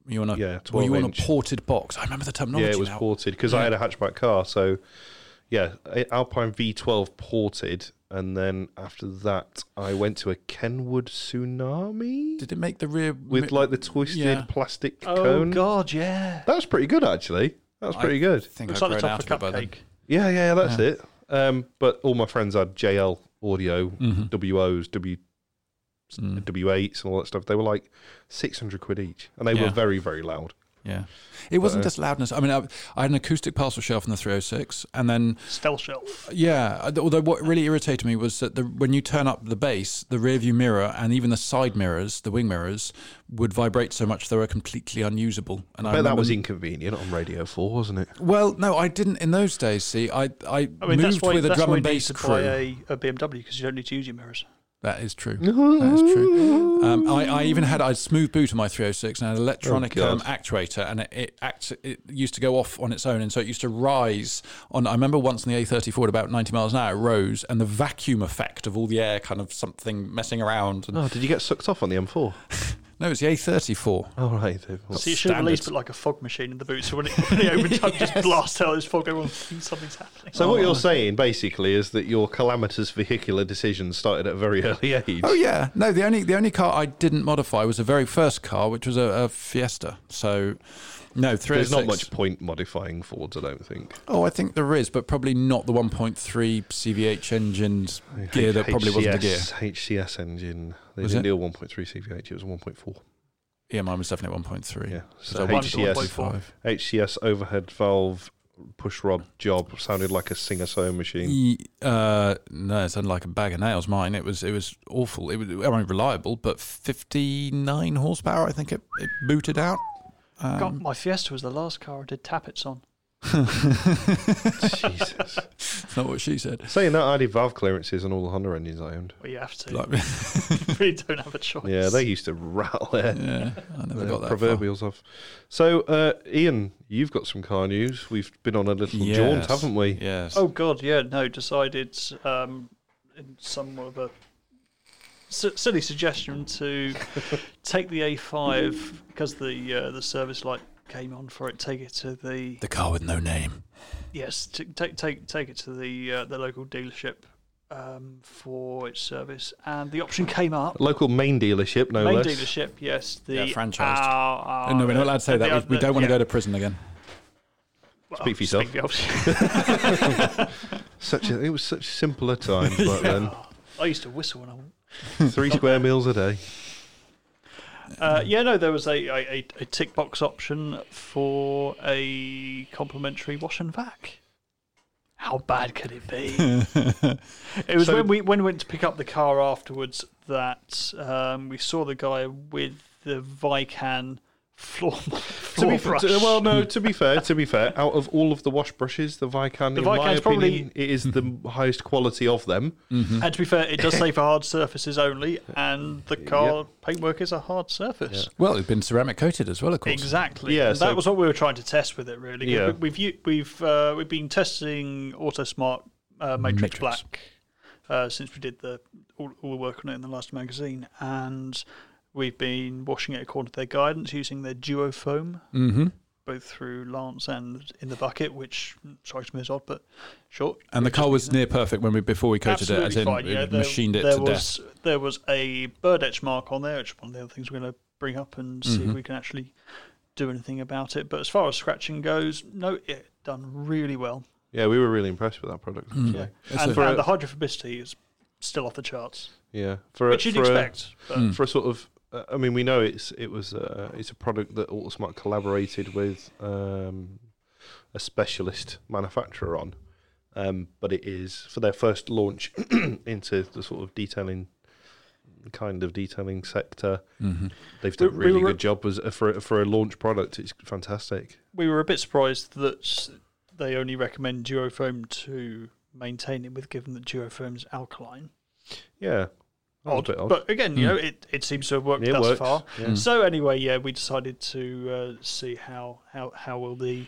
You want a, Yeah, were 12 you on a inch. ported box? I remember the terminology. yeah, it was now. ported because I Yeah. had a hatchback car. So, yeah, a- Alpine V12 ported, and then after that, I went to a Kenwood Tsunami Did it make the rear with like the twisted Yeah. plastic Oh cone. God, yeah. That was pretty good, actually. That was I pretty good. think Looks I've like the grown top of a out of it by then. cupcake. Yeah, yeah, that's it. Um, but all my friends had JL audio, WOs, W, Mm-hmm. Mm. W8s, and all that stuff. They were like 600 quid each, and they were Yeah. very, very loud. Yeah, it wasn't But, uh, just loudness. I mean, I, I had an acoustic parcel shelf in the 306, and then Stealth shelf. Yeah, uh, although what really irritated me was that the, when you turn up the bass, the rear view mirror and even the side mirrors, the wing mirrors, would vibrate so much they were completely unusable. And But I, that remember- was inconvenient on Radio 4, wasn't it? well, no, I didn't in those days. See, I I, I mean, that's moved why. with a that's drum why and you need bass to crew. buy a, a BMW because you don't need to use your mirrors. That is true. That is true. Um, I, I even had I had smooth boot on my 306 and an electronic Oh, God. um, actuator, and it it, act, it used to go off on its own, and so it used to rise on. I remember once in the A34 at about 90 miles an hour, it rose, and the vacuum effect of all the air kind of something messing around. And Oh, did you get sucked off on the M4? No, it's the A34. All right. they've all- So you should have standards. least put like a fog machine in the boot, so when it, when (laughs) it opens up, just blast out this fog. Everyone thinks something's happening. So Oh, what you're saying basically is that your calamitous vehicular decisions started at a very (laughs) early age. Oh yeah, no. The only the only car I didn't modify was the very first car, which was a, a Fiesta. So no, three. There's not much point modifying Fords, I don't think. Oh, I think there is, but probably not the 1.3 CVH engines gear that probably wasn't a gear. HCS HCS engine. They Was didn't it? deal 1.3 CVH. It was 1.4. Yeah, mine E was definitely 1.3. Yeah. So So, E one to HCS, 1.4. HCS overhead valve push rod job sounded like a singer sewing machine. Y- Uh, no, it sounded like a bag of nails. Mine, it was it was awful. It was I mean, reliable, but 59 horsepower. I think it, it booted out. Um, God, my Fiesta was the last car I did tappets on. Jesus. (laughs) Not what she said. Saying that, I did valve clearances on all the Honda engines I owned. Well, you have to. Like, (laughs) you really don't have a choice. Yeah, they used to rattle their, (laughs) yeah, I never their got that. far. proverbials off. So, uh, Ian, you've got some car news. We've been on a little jaunt, Yes. haven't we? Yes. Oh God, yeah, no. Decided um, in somewhat of a s- silly suggestion (laughs) to take the A5 because the uh, the service light came on for it. Take it to the the car with no name. yes, t- take take take it to the uh, the local dealership um, for its service, and the option came up. Local main dealership, no Main less. dealership, yes. The Yeah, franchised. Ah, ah, no, we're not allowed to say the- that. We, we the- don't want yeah. to go to prison again. Well, Speak for yourself. for yourself. (laughs) Such a, it was such (laughs) simpler times back then. I used to whistle when I. Three square meals a day. Uh, yeah, no, there was a, a, a- a tick box option for a complimentary wash and vac. How bad could it (laughs) be? it was So- when we when we went to pick up the car afterwards that um, we saw the guy with the Vican floor, (laughs) To floor be brush. to- well, no. To be fair, (laughs) to be fair, out of all of the wash brushes, the Vican, The in my Vican's opinion, probably- it is (laughs) the highest quality of them. and to be fair, it (laughs) does say for hard surfaces only, and the car paintwork is a hard surface. Well, it's been ceramic coated as well, of course. Exactly. Yeah, And so- that was what we were trying to test with it, really. 'cause Yeah. we- We've u- we've uh, we've been testing AutoSmart uh, Matrix, Matrix. Black uh, since we did the all, all the work on it in the last magazine, and we've been washing it according to their guidance using their Duo foam, Mm-hmm. both through Lance and in the bucket, which strikes me as odd, but sure. And the car was near perfect when we before we coated Absolutely it, as in fine. we Yeah, there, machined it there to death. was, There was a bird etch mark on there, which is one of the other things we're going to bring up and see Mm-hmm. if we can actually do anything about it. But as far as scratching goes, no, it done really well. Yeah, we were really impressed with that product. Hmm. actually. It's and a- and the hydrophobicity is still off the charts, Yeah, for which a, you'd for a- expect. but Hmm. Mm. for a sort of. uh, I mean, we know it's it was uh, it's a product that AutoSmart collaborated with um, a specialist manufacturer on, um, but it is for their first launch (clears throat) into the sort of detailing kind of detailing sector. Mhm. They've We- done a we really were- good job as uh, for a- for a launch product. It's fantastic. we were a bit surprised that they only recommend duofoam to maintain it with, given that duofoam's alkaline. Yeah, That was a Odd, bit odd. but again, Mm. you know, it, it seems to have worked it thus works. far. Yeah. Mm. So anyway, yeah, we decided to uh, see how how how will the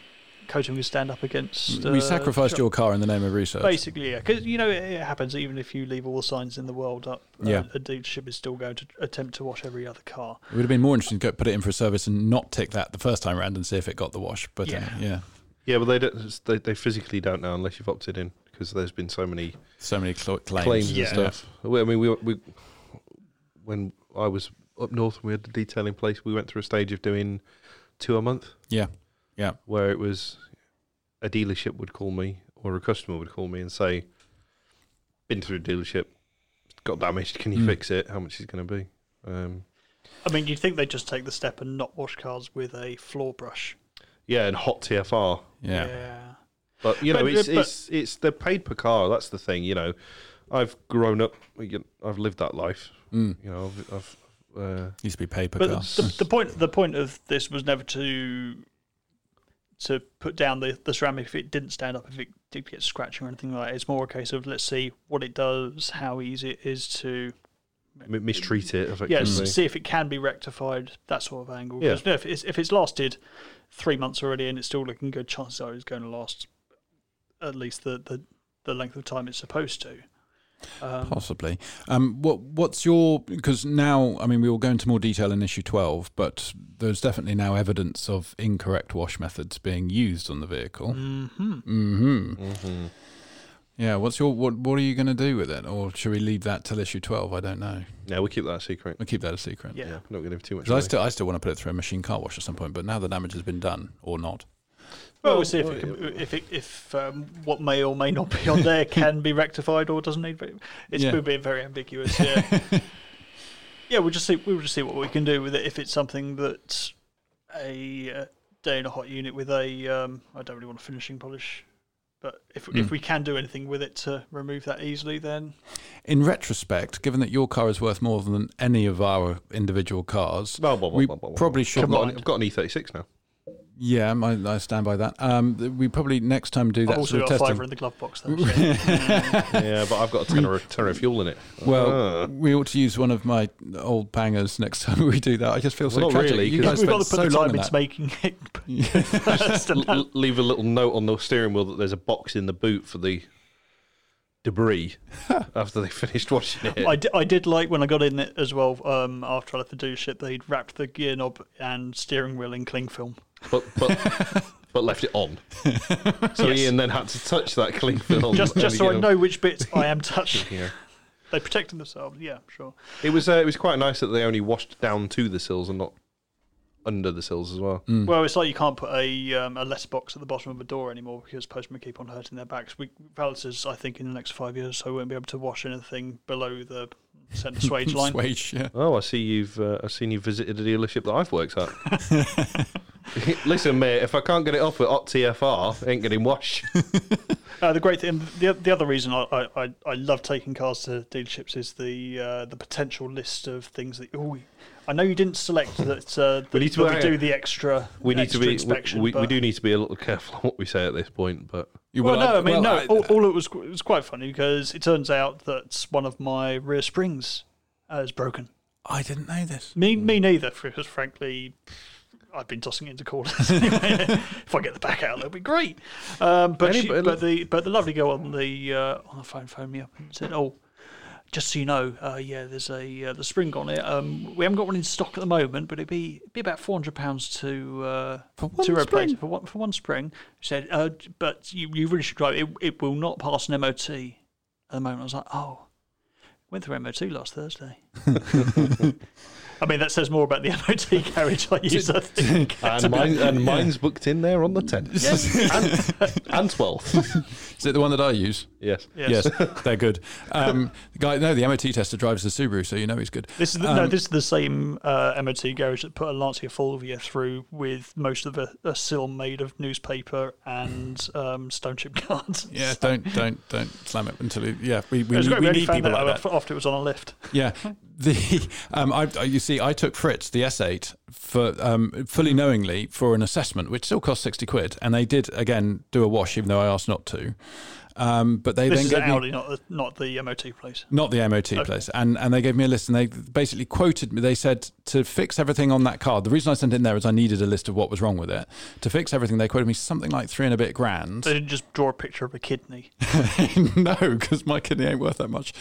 coaching will stand up against. we uh, sacrificed Trump. your car in the name of research. Basically, yeah, because you know it, it happens. Even if you leave all the signs in the world up, uh, Yeah. a dealership is still going to attempt to wash every other car. It would have been more interesting to go put it in for a service and not tick that the first time round and see if it got the wash. But yeah, Yeah. yeah. yeah, but they don't they, they physically don't know unless you've opted in because there's been so many so many cl- claims. claims Yeah. and stuff. Well, I mean, we, we when I was up north, we had the detailing place. We went through a stage of doing two a month. Yeah. Yeah. Where it was a dealership would call me or a customer would call me and say, "Been through the dealership, got damaged. Can you Mm. fix it? How much is it going to be?" Um, I mean, you'd think they'd just take the step and not wash cars with a floor brush. yeah, and hot TFR. Yeah. But you know, But- it's, but- it's it's they're paid per car. That's the thing. You know, I've grown up. you know, I've lived that life. Mm. You know, I've, I've uh, Used to be paper But car. the, Hmm. the point the point of this was never to to put down the, the ceramic if it didn't stand up, if it did get scratching or anything like that. It's more a case of let's see what it does, how easy it is to m- mistreat it. yes, Effectively. see if it can be rectified, that sort of angle. Yeah. 'Cause, you know, if, it's, if it's lasted three months already and it's still looking good, chances are it's going to last at least the, the, the length of time it's supposed to. Um, (laughs) Possibly. Um, what What's your? Because now, I mean, we will go into more detail in issue twelve, but there's definitely now evidence of incorrect wash methods being used on the vehicle. mhm. hmm Mm-hmm. Yeah. What's your? What What are you going to do with it? Or should we leave that till issue twelve? I don't know. Yeah, we keep that a secret. We'll keep that a secret. Yeah. Yeah, not going to give too much. 'Cause I away. still, I still want to put it through a machine car wash at some point, but now the damage has been done or not. Well, Oh, Well, we'll see if it well, can, if it, if um, what may or may not be on there (laughs) can be rectified or doesn't need. re- It's (laughs) Yeah. been being very ambiguous. (laughs) Yeah. yeah, we'll just see. We'll just see what we can do with it. If it's something that a uh, day in a hot unit with a um, I don't really want a finishing polish, but if Mm. if we can do anything with it to remove that easily, then In retrospect, given that your car is worth more than any of our individual cars, Well, well, well, we well, well, well. probably should. I've got, an, I've got an E36 (laughs) now. Yeah, I, I stand by that. Um, th- we probably next time do I've that also sort of got a testing. fiver in the glove box. Though, so. Mm. yeah, but I've got a tenner, of- tenner of fuel in it. Well, Ah. we ought to use one of my old bangers next time (laughs) we do that. I just feel so Well, not tragic. really, (laughs) you 'cause (laughs) guys We've got spent to put the so long time on into that. making it. (laughs) (laughs) Ah. L- leave a little note on the steering wheel that there's a box in the boot for the (laughs) debris after they finished washing it. I, di- I did like when I got in it as well. Um, after I left the dealership, they'd wrapped the gear knob and steering wheel in cling film. but (laughs) but but left it on. So Yes. Ian then had to touch that cling (laughs) film. Just at the just so I beginning. know which bits I am touching. Yeah. (laughs) they protected themselves. Yeah, sure. It was uh, it was quite nice that they only washed down to the sills and not under the sills as well. Well, it's like you can't put a um, a letterbox at the bottom of a door anymore because postmen keep on hurting their backs. We relatives, I think, in the next five years, so we won't be able to wash anything below the centre swage line. Swage, yeah. Oh, I see you've uh, I've seen you visited a dealership that I've worked at. (laughs) Listen, mate, if I can't get it off with Ott TFR, ain't getting washed. Uh, the great thing, the, the other reason I, I, I- I love taking cars to dealerships is the uh, the potential list of things that. Ooh, I know you didn't select that. Uh, that We need to that we worry- do the extra. We need extra to be inspection. we, we, we but- do need to be a little careful on what we say at this point, (laughs) but You- Well, no, I I'd- mean, no. I- all, all it was it was quite funny because it turns out that one of my rear springs uh, is broken. I didn't know this. Me, Hmm. me neither, because frankly, I've been tossing it into corners. (laughs) anyway. if I get the back out, that'll be great. Um, but she, Anybody- but the but the lovely girl on the uh, on the phone phoned me up and said, "Oh, just so you know, uh, yeah, there's a uh, the spring on it. Um, we haven't got one in stock at the moment, but it'd be it'd be about four hundred pounds to uh, For one to replace spring? it for one for one spring." She said, uh, d- "But you, you really should drive it. it. It will not pass an MOT at the moment." I was like, "Oh." Went through MOT last (laughs) Thursday. (laughs) I mean, that says more about the MOT (laughs) carriage I use, I (laughs) think. and, mine, and mine's booked in there on the tenth and, (laughs) and twelfth. Is it the one that I use? yes. Yes. they're good. Um, the guy, no, the MOT tester drives the Subaru, so you know he's good. Um, This is the, no, this is the same uh, MOT garage that put a Lancia Fulvia through with most of a, a sill made of newspaper and um, stone chip (laughs) cards. Yeah, don't don't don't slam it until it, yeah. We we, It was need- great. we We only need found people that like out that. after it was on a lift. Yeah, (laughs) the um, I I- you see, I took Fritz the S8 for um, fully knowingly for an assessment, which still cost sixty quid, and they did again do a wash, even though I asked not to. Um, but they This then is at gave me, Audi, not the, not the MOT place. Not the MOT place. And and they gave me a list and they basically quoted me. They said to fix everything on that car. The reason I sent it in there is I needed a list of what was wrong with it. To fix everything, they quoted me something like three and a bit grand. They didn't just draw a picture of a kidney. (laughs) no, because my kidney ain't worth that much.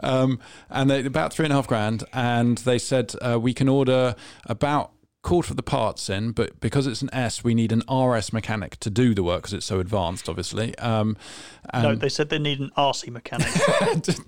Um, and they about three and a half grand. And they said uh, we can order about quarter of the parts in, but because it's an S, we need an RS mechanic to do the work because it's so advanced, obviously. Um, (laughs) and no, they said they need an RC (laughs) mechanic.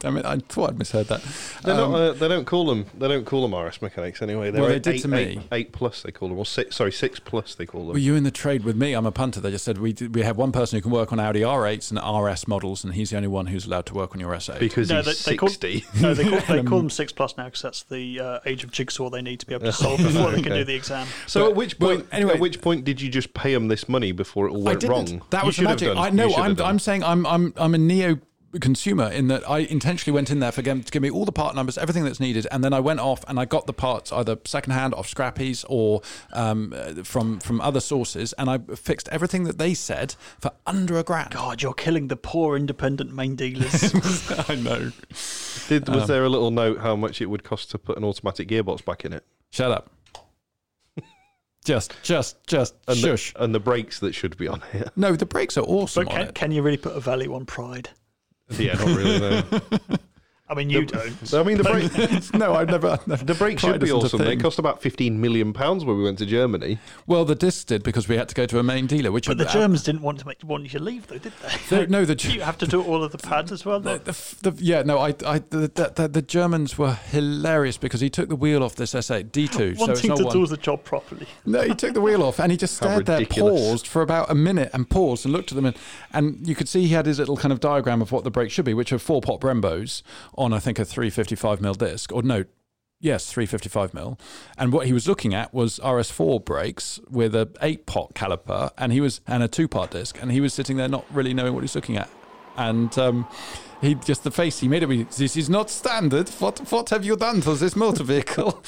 damn it, I thought I'd misheard that. They're Um, not, uh, they don't call them. They don't call them RS mechanics anyway. They're Well, they eight, did eight- to me. eight- eight plus they call them, or six. Sorry, six plus they call them. Were you in the trade with me? I'm a punter. They just said we we have one person who can work on Audi R8s and RS models, and he's the only one who's allowed to work on your S8. because No, he's they, they call, sixty. no, they call, Um, they call them six plus now because that's the uh, age of jigsaw they need to be able to solve before they can (laughs) Okay. do the exam. so But- at which well, point? anyway- at which point did you just pay him this money before it all I went didn't. wrong? That You was the should have magic. done. I You know. should have I'm, done. I'm saying I'm I'm I'm a neo consumer in that I intentionally went in there for them to give me all the part numbers, everything that's needed, and then I went off and I got the parts either secondhand off scrappies or um, uh, from from other sources, and I fixed everything that they said for under a grand. God, you're killing the poor independent main dealers. (laughs) I know. Did, Um. was there a little note how much it would cost to put an automatic gearbox back in it, Shut (laughs) up. Just, just, just and the- shush. and the brakes that should be on (laughs) it? no, the brakes are awesome But on can, it. can you really put a value on pride? (laughs) yeah, not really. No. I mean, you don't. (laughs) I mean, the (laughs) brake, no, I've never. I've never the brake tried should be this as a awesome. They thing. cost about fifteen million pounds when we went to Germany. Well, the discs did because we had to go to a main dealer, which uh, But the Germans didn't want to make want you to leave, though, did they? They- no, (laughs) the you have to do all of the pads as well. uh, The, though? the, f- the, yeah, no, I, I, the, the, the, the Germans were hilarious because he took the wheel off this S8 D2, so it's Wanting not to do one. the job properly. No, he took the wheel off and he just How stared there, ridiculous. paused for about a minute, and paused and looked at them, and, and you could see he had his little kind of diagram of what the brakes should be, which are four pot Brembos on I think a 355 mil disc, or no, yes, 355 mil, and what he was looking at was RS4 brakes with a eight pot caliper, and he was and a two part disc, and he was sitting there not really knowing what he's looking at, and. Um, he just the face he made it. with, This is not standard. What what have you done to this motor vehicle? (laughs)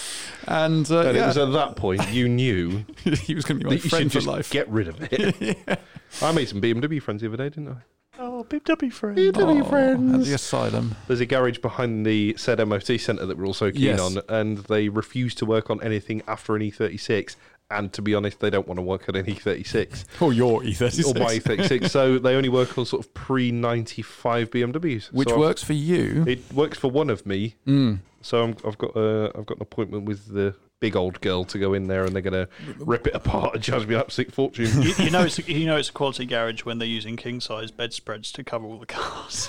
And, uh, And yeah it was at that point you (laughs) knew he was going to be my that you should friend for just life. get rid of (laughs) it. I made some BMW friends the other day, didn't I? Oh, BMW friend. Oh, At the asylum. There's a garage behind the said MOT centre that we're also keen Yes. on, and they refuse to work on anything after an E36. And to be honest, they don't want to work on an (laughs) E36 Or your E36. or my E36. So they only work on sort of pre 95 BMWs. Which So I've- works for you. It works for one of me. Mm. So I'm, I've got uh, I've got an appointment with the big old girl to go in there, and they're going to rip it apart and charge me an absolute (laughs) fortune. You, you know, it's you know it's a quality garage when they're using king size bedspreads to cover all the (laughs) cars.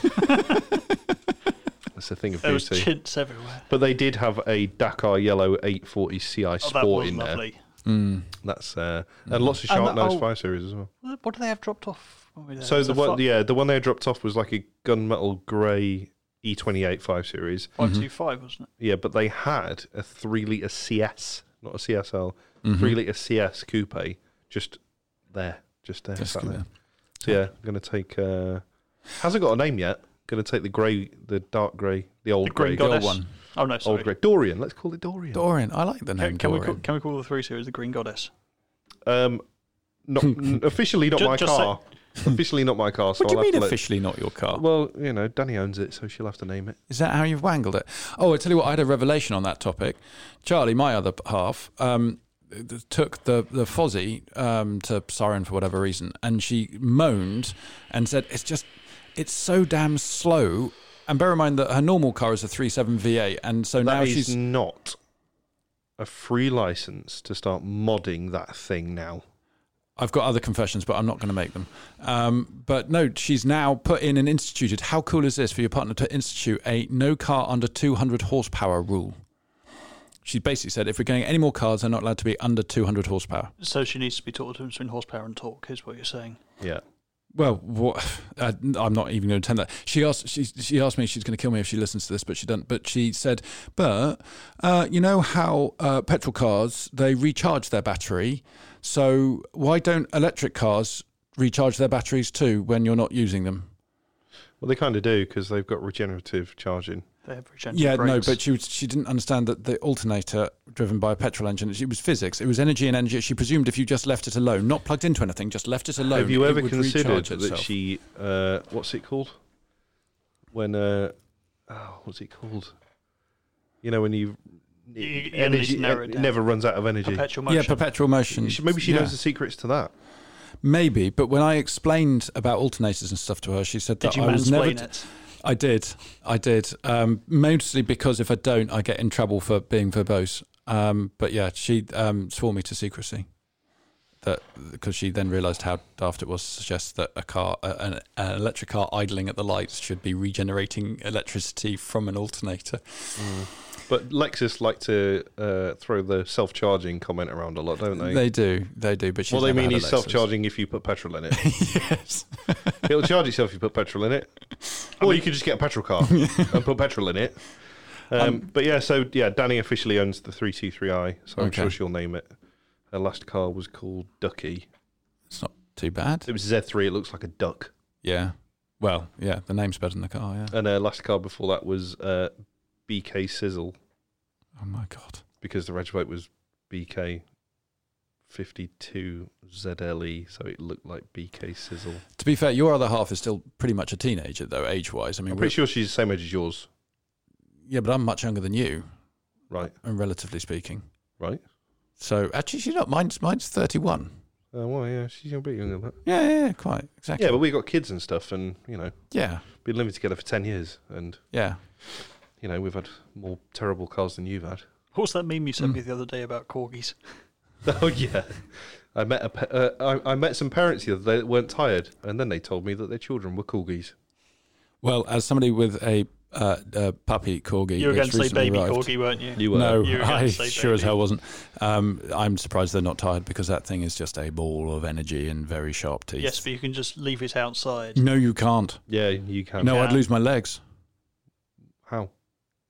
That's a thing of there was beauty. chintz everywhere. But they did have a Dakar yellow 840 Ci Oh, Sport that was in there. lovely. Mm. That's uh, and lots of And sharp the- nose oh. five series as well. What do they have dropped off? when we were there? so It's the uh, a one, fi- yeah, the one they dropped off was like a gunmetal grey E28 five series. Mm-hmm. 525, wasn't it? Yeah, but they had a three liter CS, not a CSL, Mm-hmm. three liter CS coupe, just there, just there. Just sat there. there. So yeah, I'm gonna take. Uh, hasn't got a name yet. Gonna take the grey, the dark grey, the old The Green grey, Goddess. Goddess. one. Oh no, old sorry. grey Dorian. Let's call it Dorian. Dorian. I like the Can, name can we Dorian. call, can we call the three series the Green Goddess? Um, not n- officially not Ju- my just say- car. officially not my car. So what do you I'll have mean to let- officially not your car? Well, you know, Danny owns it, so she'll have to name it. Is that how you've wangled it? Oh, I tell you what, I had a revelation on that topic. Charlie, my other p- half, um, th- th- took the the Fozzie um, to Siren for whatever reason, and she moaned and said, "It's just, it's so damn slow." And bear in mind that her normal car is a 3.7 V8, and so now That is she's not a free license to start modding that thing now. I've got other confessions, but I'm not going to make them. Um, but no, she's now put in and instituted. How cool is this for your partner to institute a no car under 200 horsepower rule? She basically said, if we're getting any more cars, they're not allowed to be under 200 horsepower. So she needs to be taught the difference between horsepower and torque, is what you're saying. Yeah. Well, what, (sighs) uh, I'm not even going to attempt that. She asked. She she asked me. if She's going to kill me if she listens to this, but she doesn't. But she said, "But uh, you know how uh, petrol cars they recharge their battery, so why don't electric cars recharge their batteries too when you're not using them?" Well, they kind of do because they've got regenerative charging. They have regenerative Yeah, no, brakes. but she was, she didn't understand that the alternator driven by a petrol engine. It was physics. It was energy and energy. She presumed if you just left it alone, not plugged into anything, just left it alone. Have you it ever would considered recharge that itself. she, uh, what's it called? When, uh, oh, what's it called? You know, when you, You- you at energy least narrow it it down. never runs out of energy. perpetual Yeah, motion. perpetual motion. She- Maybe she yeah. knows the secrets to that. Maybe, but when I explained about alternators and stuff to her, she said Did that you I was mansplain never. it? I did, I did. Um, mostly because if I don't, I get in trouble for being verbose. Um, but yeah, she um, swore me to secrecy. That because she then realised how daft it was to suggest that a car, a- an, an electric car idling at the lights, should be regenerating electricity from an alternator. But Lexus like to uh, throw the self-charging comment around a lot, don't they? They do, they do. But she's well, they never mean had a it's Lexus. self-charging if you put petrol in it. (laughs) yes. It'll charge itself if you put petrol in it. Or you could just get a petrol (laughs) car and put petrol in it. Um, but yeah, so yeah, Danny officially owns the 323i, so I'm Okay. sure she'll name it. Her last car was called Ducky. It's not too bad. It was Z3, it looks like a duck. Yeah. Well, yeah. The name's better than the car. Yeah. And her last car before that was uh, BK Sizzle Oh my god. because the reg plate was BK. 52 ZLE, E, so it looked like BK Sizzle. To be fair, your other half is still pretty much a teenager, though, age wise. I mean, I'm we're- pretty sure she's the same age as yours, yeah, but I'm much younger than you, right? and relatively speaking. Right. So actually, she's not. Mine's mine's 31. Uh, well, yeah, she's a bit younger than that. Yeah, yeah, yeah quite exactly. Yeah, but we got kids and stuff, and you know, yeah, been living together for 10 years and yeah. you know, we've had more terrible cars than you've had. What's that meme you Hmm. sent me the other day about corgis? Oh yeah, I met a pa- uh, I, I met some parents the other day that weren't tired, and then they told me that their children were corgis. Well, as somebody with a uh, uh, puppy corgi, You were which going to say recently baby arrived- corgi, weren't you? You were No, You were gonna (laughs) I say sure as baby. hell wasn't. Um, I'm surprised they're not tired because that thing is just a ball of energy and very sharp teeth. Yes, but you can just leave it outside. No, you can't. yeah, you can. No, Yeah. I'd lose my legs. How?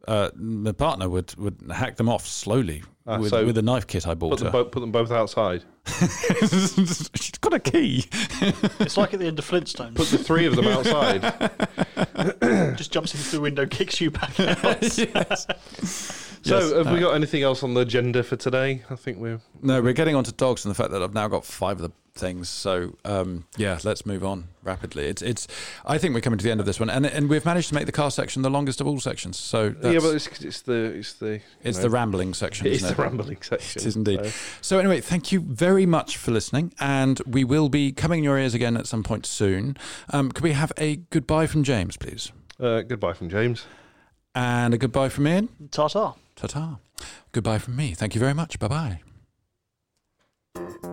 Uh, my partner would, would hack them off slowly Ah, with, so- with a knife kit I Put bought them, her. both, put them both outside. She's got a key. It's like at the end of Flintstones. (laughs) Put the three of them outside. just jumps in through the window, kicks you (laughs) back out. Yes. So, Yes. have we got anything else on the agenda for today? I think we're No, we're getting onto dogs and the fact that I've now got five of the things. So um, yeah, let's move on rapidly. It's it's. I think we're coming to the end of this one, and and we've managed to make the car section the longest of all sections. So that's, yeah, but it's, it's the it's the you it's know, the rambling section. it's isn't the it? rambling section. It is indeed. So- So anyway, thank you very much for listening, and we will be coming in your ears again at some point soon. Um, could we have a goodbye from James, please, Uh, goodbye from James. and a goodbye from Ian? Ta ta. Ta ta. Goodbye from me. Thank you very much. Bye bye.